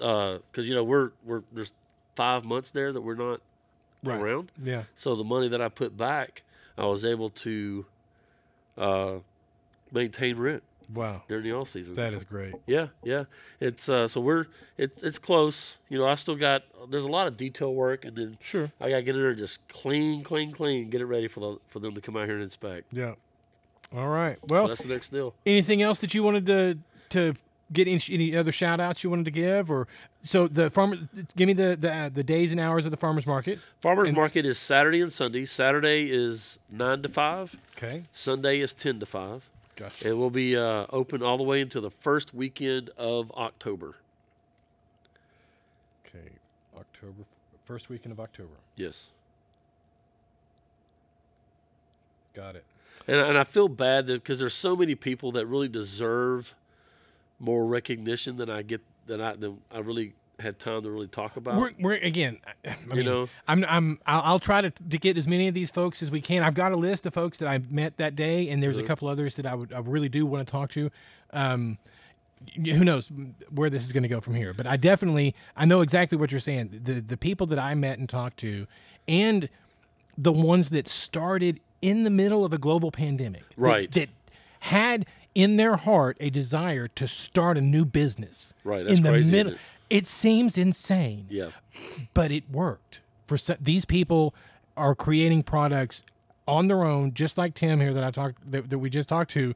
B: uh because you know we're we're there's five months there that we're not
A: Right.
B: around
A: yeah,
B: so the money that i put back i was able to uh maintain rent
A: wow,
B: during the off season
A: that is great.
B: yeah, yeah. It's uh, so we're it's it's close. You know, I still got there's a lot of detail work, and then
A: Sure.
B: I gotta get in there and just clean, clean, clean, get it ready for the for them to come out here and inspect.
A: Yeah. All right.
B: So
A: Well,
B: that's the next deal.
A: anything else that you wanted to to get any, any other shout outs you wanted to give or so the farmer give me the the, uh, the days and hours of the farmers market.
B: Farmers
A: And-
B: market is Saturday and Sunday. Saturday is nine to five.
A: Okay.
B: Sunday is ten to five,
A: Gotcha.
B: and we'll be uh, open all the way until the first weekend of October.
A: Okay. October first weekend of October.
B: Yes,
A: Got it.
B: and and I feel bad because there's so many people that really deserve more recognition than I get than I than I really had time to really talk about.
A: We're, we're again. I I mean,
B: know?
A: I'm I'm I'll, I'll try to, to get as many of these folks as we can. I've got a list of folks that I met that day, and there's a couple others that I would I really do want to talk to. Um, y- who knows where this is going to go from here? But I definitely I know exactly what you're saying. The the people that I met and talked to, and the ones that started in the middle of a global pandemic, that-
B: Right.
A: That, had in their heart a desire to start a new business.
B: Right, that's
A: in the
B: crazy, isn't
A: middle.
B: it?
A: It seems insane
B: yeah.
A: but it worked for se- these people are creating products on their own just like tim here that i talked that, that we just talked to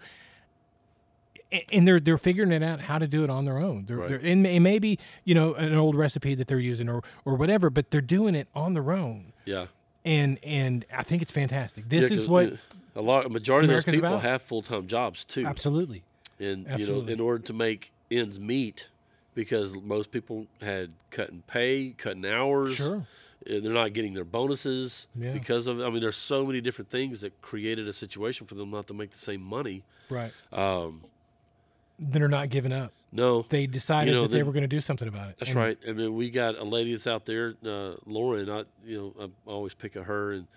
A: a- and they're they're figuring it out how to do it on their own they're,
B: Right.
A: they're and it may be you know an old recipe that they're using or or whatever but they're doing it on their own
B: Yeah.
A: and and i think it's fantastic this
B: Yeah,
A: is
B: 'cause,
A: what
B: uh, a lot a majority of
A: America's
B: those people
A: about.
B: have full time jobs too,
A: absolutely
B: and you know,
A: absolutely.
B: in order to make ends meet, because most people had cutting pay, cutting hours.
A: sure
B: and They're not getting their bonuses
A: Yeah.
B: because of. I mean, there's so many different things that created a situation for them not to make the same money.
A: right
B: Um,
A: they're not giving up
B: no,
A: they decided
B: know,
A: that they,
B: the-
A: were going to do something about it
B: That's
A: And-
B: right. And then we got a lady that's out there, uh, Lauren. I, you know, I always pick on her, and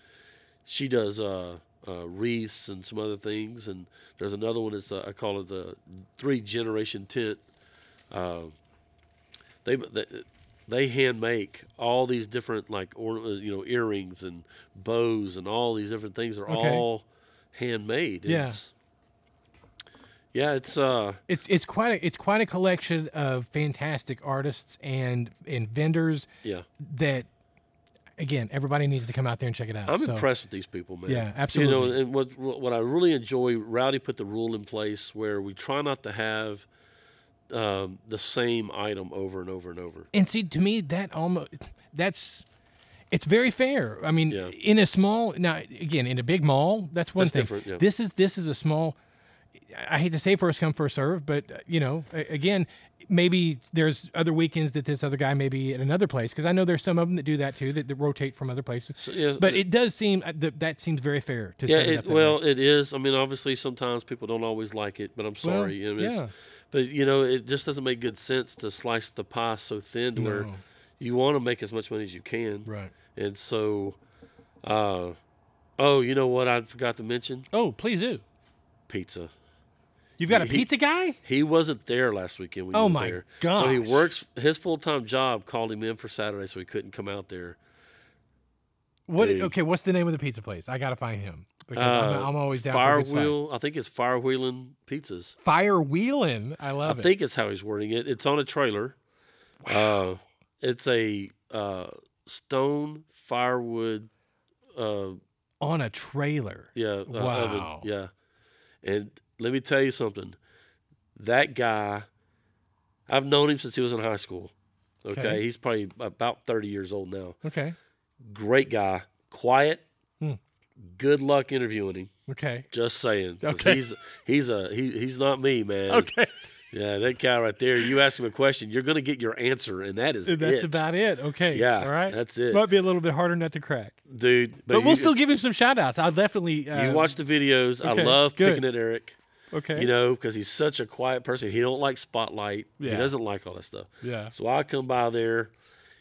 B: she does uh, uh, wreaths and some other things. And there's another one that's uh, I call it the three generation tent. Uh, they they- they hand make all these different like or, uh, you know earrings and bows and all these different things are
A: Okay.
B: all handmade.
A: Yeah.
B: It's, yeah, it's uh
A: it's it's quite a it's quite a collection of fantastic artists and and vendors
B: yeah.
A: that again everybody needs to come out there and check it out.
B: I'm
A: So,
B: impressed with these people, man.
A: Yeah,
B: You know,
A: absolutely.
B: and what what I really enjoy, Rowdy put the rule in place where we try not to have um, the same item over and over and over.
A: And see, to me, that almost that's it's very fair. I mean,
B: Yeah.
A: in a small now again in a big mall, that's one
B: That's
A: thing.
B: different, yeah.
A: This is this is a small. I hate to say first come first serve, but uh, you know, a- again, maybe there's other weekends that this other guy may be at another place because I know there's some of them that do that too that, that rotate from other places.
B: So, yeah,
A: But it does seem uh, th- that seems very fair to
B: yeah,
A: set it up
B: it,
A: that
B: well,
A: way.
B: it is. I mean, obviously, sometimes people don't always like it, but I'm
A: Well,
B: sorry. I mean, it's-
A: yeah.
B: But you know, it just doesn't make good sense to slice the pie so thin to where
A: No.
B: you want to make as much money as you can.
A: right.
B: And so, uh, oh, you know what? I forgot to mention
A: Oh, please do.
B: pizza.
A: You've got a
B: He-
A: pizza guy?
B: He wasn't there last weekend. We
A: Oh
B: were
A: my
B: there. So he
A: gosh.
B: works his full time job called him in for Saturday, so he couldn't come out there.
A: What?
B: Dude.
A: Okay, what's the name of the pizza place? I gotta find him because I'm,
B: Uh,
A: I'm always down for a good slice.
B: Firewheel, I think it's firewheeling pizzas.
A: Fire wheeling. I love
B: I
A: it.
B: think it's how he's wording it. It's on a trailer. Uh, it's a uh, stone firewood, uh,
A: On a trailer.
B: yeah, uh,
A: Wow.
B: oven, yeah. And let me tell you something. That guy, I've known him since he was in high school. Okay,
A: Okay.
B: he's probably about thirty years old now.
A: Okay.
B: Great guy, quiet.
A: Hmm.
B: Good luck interviewing him.
A: Okay.
B: Just saying, 'cause
A: Okay.
B: he's he's a he, he's not me, man.
A: Okay.
B: Yeah, that guy right there. You ask him a question, you're going to get your answer, and that
A: *laughs*
B: is
A: That's
B: it.
A: about it. Okay.
B: yeah,
A: All right.
B: That's it,
A: Might be a little bit harder nut to crack.
B: dude.
A: But, we'll
B: you,
A: still give him some shout outs. I'll definitely. Uh,
B: you watch the videos.
A: okay,
B: I love
A: good.
B: picking at Eric.
A: Okay.
B: You know, because he's such a quiet person. He don't like spotlight.
A: Yeah.
B: He doesn't like all that stuff.
A: yeah.
B: So I come by there.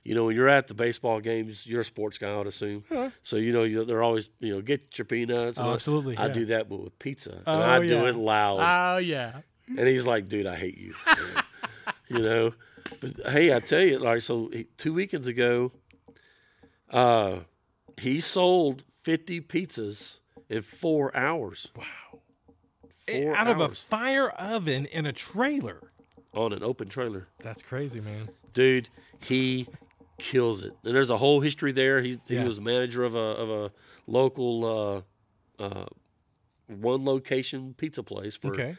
B: You know, when you're at the baseball games, you're a sports guy, I'd assume.
A: Yeah.
B: So you know, you, they're always you know get your peanuts. and
A: Oh,
B: all-
A: absolutely.
B: I
A: yeah.
B: do that, but with pizza, and
A: Oh,
B: I do
A: yeah.
B: it loud.
A: Oh, yeah.
B: And he's like, dude, I
A: *laughs*
B: hate you. you know? But hey, I tell you, like, so he- two weekends ago, uh, he sold 50 pizzas in four hours.
A: Wow. Eh,
B: Four
A: Out of a
B: hours
A: fire oven in a trailer.
B: on an open trailer.
A: That's crazy, man.
B: Dude, he kills it. And there's a whole history there. He,
A: Yeah.
B: he was manager of a, of a local uh, uh, one location pizza place. For,
A: Okay.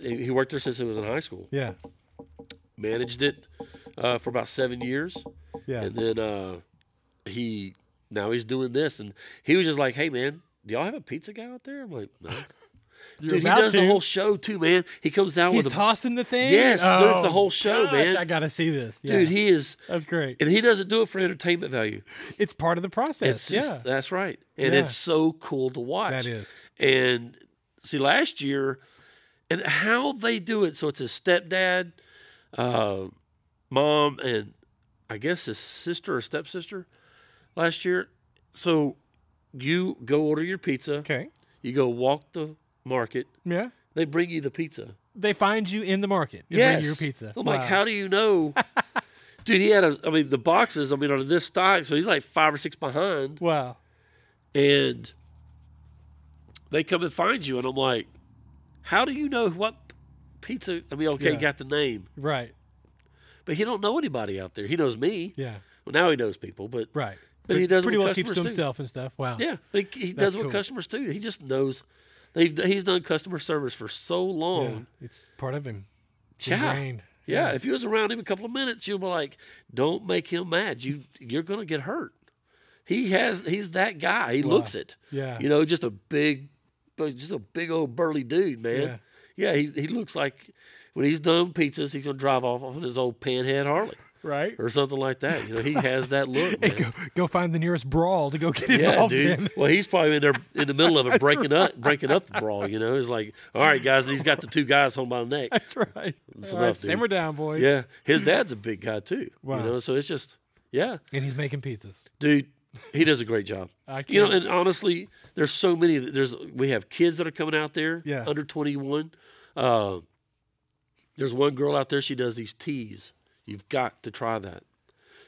B: He he worked there since he was in high school.
A: Yeah.
B: Managed it uh, for about seven years.
A: Yeah.
B: And then uh, he now he's doing this, and he was just like, "Hey man, do y'all have a pizza guy out there?" I'm like, "No."
A: *laughs* You're
B: "Dude, he
A: about
B: does the
A: to.
B: whole show too, man. He comes down
A: He's
B: with a
A: tossing the thing.
B: Yes, there's the
A: Oh,
B: whole show,
A: gosh,
B: man.
A: I gotta see this. Yeah.
B: dude. He is,
A: that's great.
B: and he doesn't do it for entertainment value.
A: It's part of the
B: It's
A: process.
B: just,
A: yeah,
B: that's right, and
A: Yeah.
B: it's so cool to watch.
A: that is.
B: And see, last year, and how they do it. So it's his stepdad, uh, mom, and I guess his sister or stepsister last year. So you go order your pizza.
A: Okay.
B: You go walk the market.
A: Yeah.
B: They bring you the pizza.
A: They find you in the market. and bring
B: Yes. Oh
A: you your pizza.
B: I'm
A: Wow.
B: like, how do
A: *laughs*
B: you know? Dude, he had a, I mean, the boxes, I mean, are this stock. So he's like five or six behind.
A: Wow.
B: and they come and find you and i'm like how do you know what pizza i mean okay
A: Yeah.
B: he got the name
A: Right.
B: but he don't know anybody out there he knows me
A: Yeah.
B: well now he knows people but
A: Right.
B: But he does
A: pretty
B: what
A: well keeps to
B: customers do.
A: himself and stuff. Wow.
B: yeah but he, he
A: That's
B: does what
A: cool.
B: customers do he just knows they've, he's done customer service for so
A: Yeah,
B: long
A: It's part of him. It's
B: Oh. yeah yeah,
A: ingrained.
B: if you was around him a couple of minutes you'll be like don't make him mad you you're gonna get hurt he has he's that guy he
A: Wow.
B: looks it
A: Yeah.
B: you know, just a big, just a big old burly dude, man. Yeah, he, he looks like when he's done pizzas, he's gonna drive off on his old panhead Harley
A: Right.
B: or something like that. You know, *laughs* he has that look.
A: Hey,
B: man.
A: go, go find the nearest brawl to go get
B: Yeah,
A: involved
B: dude.
A: in.
B: Well, he's probably in there in the middle *laughs* of it, breaking up, breaking up the brawl. You know, it's like, all right, guys, and he's got the two guys holding by the neck.
A: That's right.
B: That's
A: All right,
B: enough, dude.
A: simmer down, boys.
B: Yeah, his dad's a big guy too.
A: Wow.
B: You know, so it's just, yeah,
A: And he's making pizzas.
B: dude, he does a great job.
A: I can't.
B: You know, and honestly, there's so many. There's we have kids that are coming out there,
A: Yeah.
B: under 21. Uh, there's one girl out there. She does these teas. You've got to try that.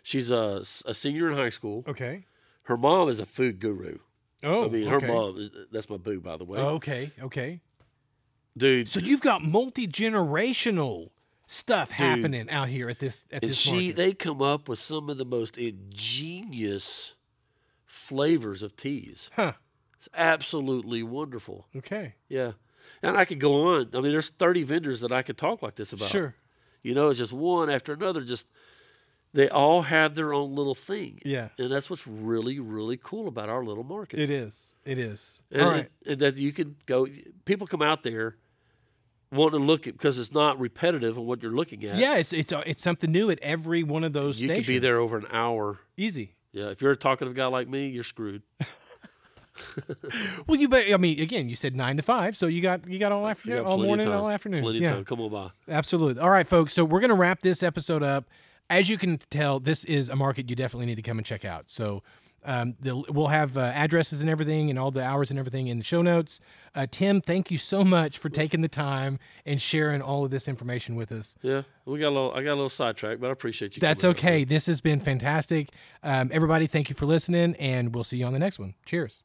B: She's a, s- a senior in high school.
A: okay.
B: Her mom is a food guru.
A: Oh.
B: I mean, her
A: okay. Oh,
B: mom. is- That's my boo, by the way,
A: Okay. Okay.
B: dude.
A: So you've got multi generational stuff happening out here at this at
B: and
A: this
B: she,
A: market.
B: they come up with some of the most ingenious flavors of teas.
A: huh.
B: It's absolutely wonderful.
A: Okay.
B: Yeah. And I could go on. I mean, there's 30 vendors that I could talk like this about.
A: Sure.
B: You know, it's just one after another. Just They all have their own little thing.
A: Yeah.
B: And that's what's really, really cool about our little market.
A: It is. It is.
B: and,
A: All right.
B: and that you can go, people come out there wanting to look at, because it's not repetitive on what you're looking at.
A: Yeah, it's it's uh, it's something new at every one of those
B: You
A: stations.
B: could be there over an hour.
A: easy.
B: Yeah. If you're a talkative guy like me, you're screwed.
A: Well, you bet. I mean, again, you said nine to five, so you got you got all afternoon,
B: got
A: all
B: plenty of
A: morning, and
B: time.
A: all afternoon.
B: Plenty
A: yeah,
B: of time. Come on by.
A: absolutely. All right, folks. So we're gonna wrap this episode up. As you can tell, this is a market you definitely need to come and check out. So. Um, the, we'll have uh, addresses and everything, and all the hours and everything in the show notes. Uh, Tim, thank you so much for taking the time and sharing all of this information with us.
B: Yeah. We got a little, I got a little sidetracked, but I appreciate you.
A: That's
B: coming out, man.
A: okay. This has been fantastic. Um, everybody, thank you for listening, and we'll see you on the next one. Cheers.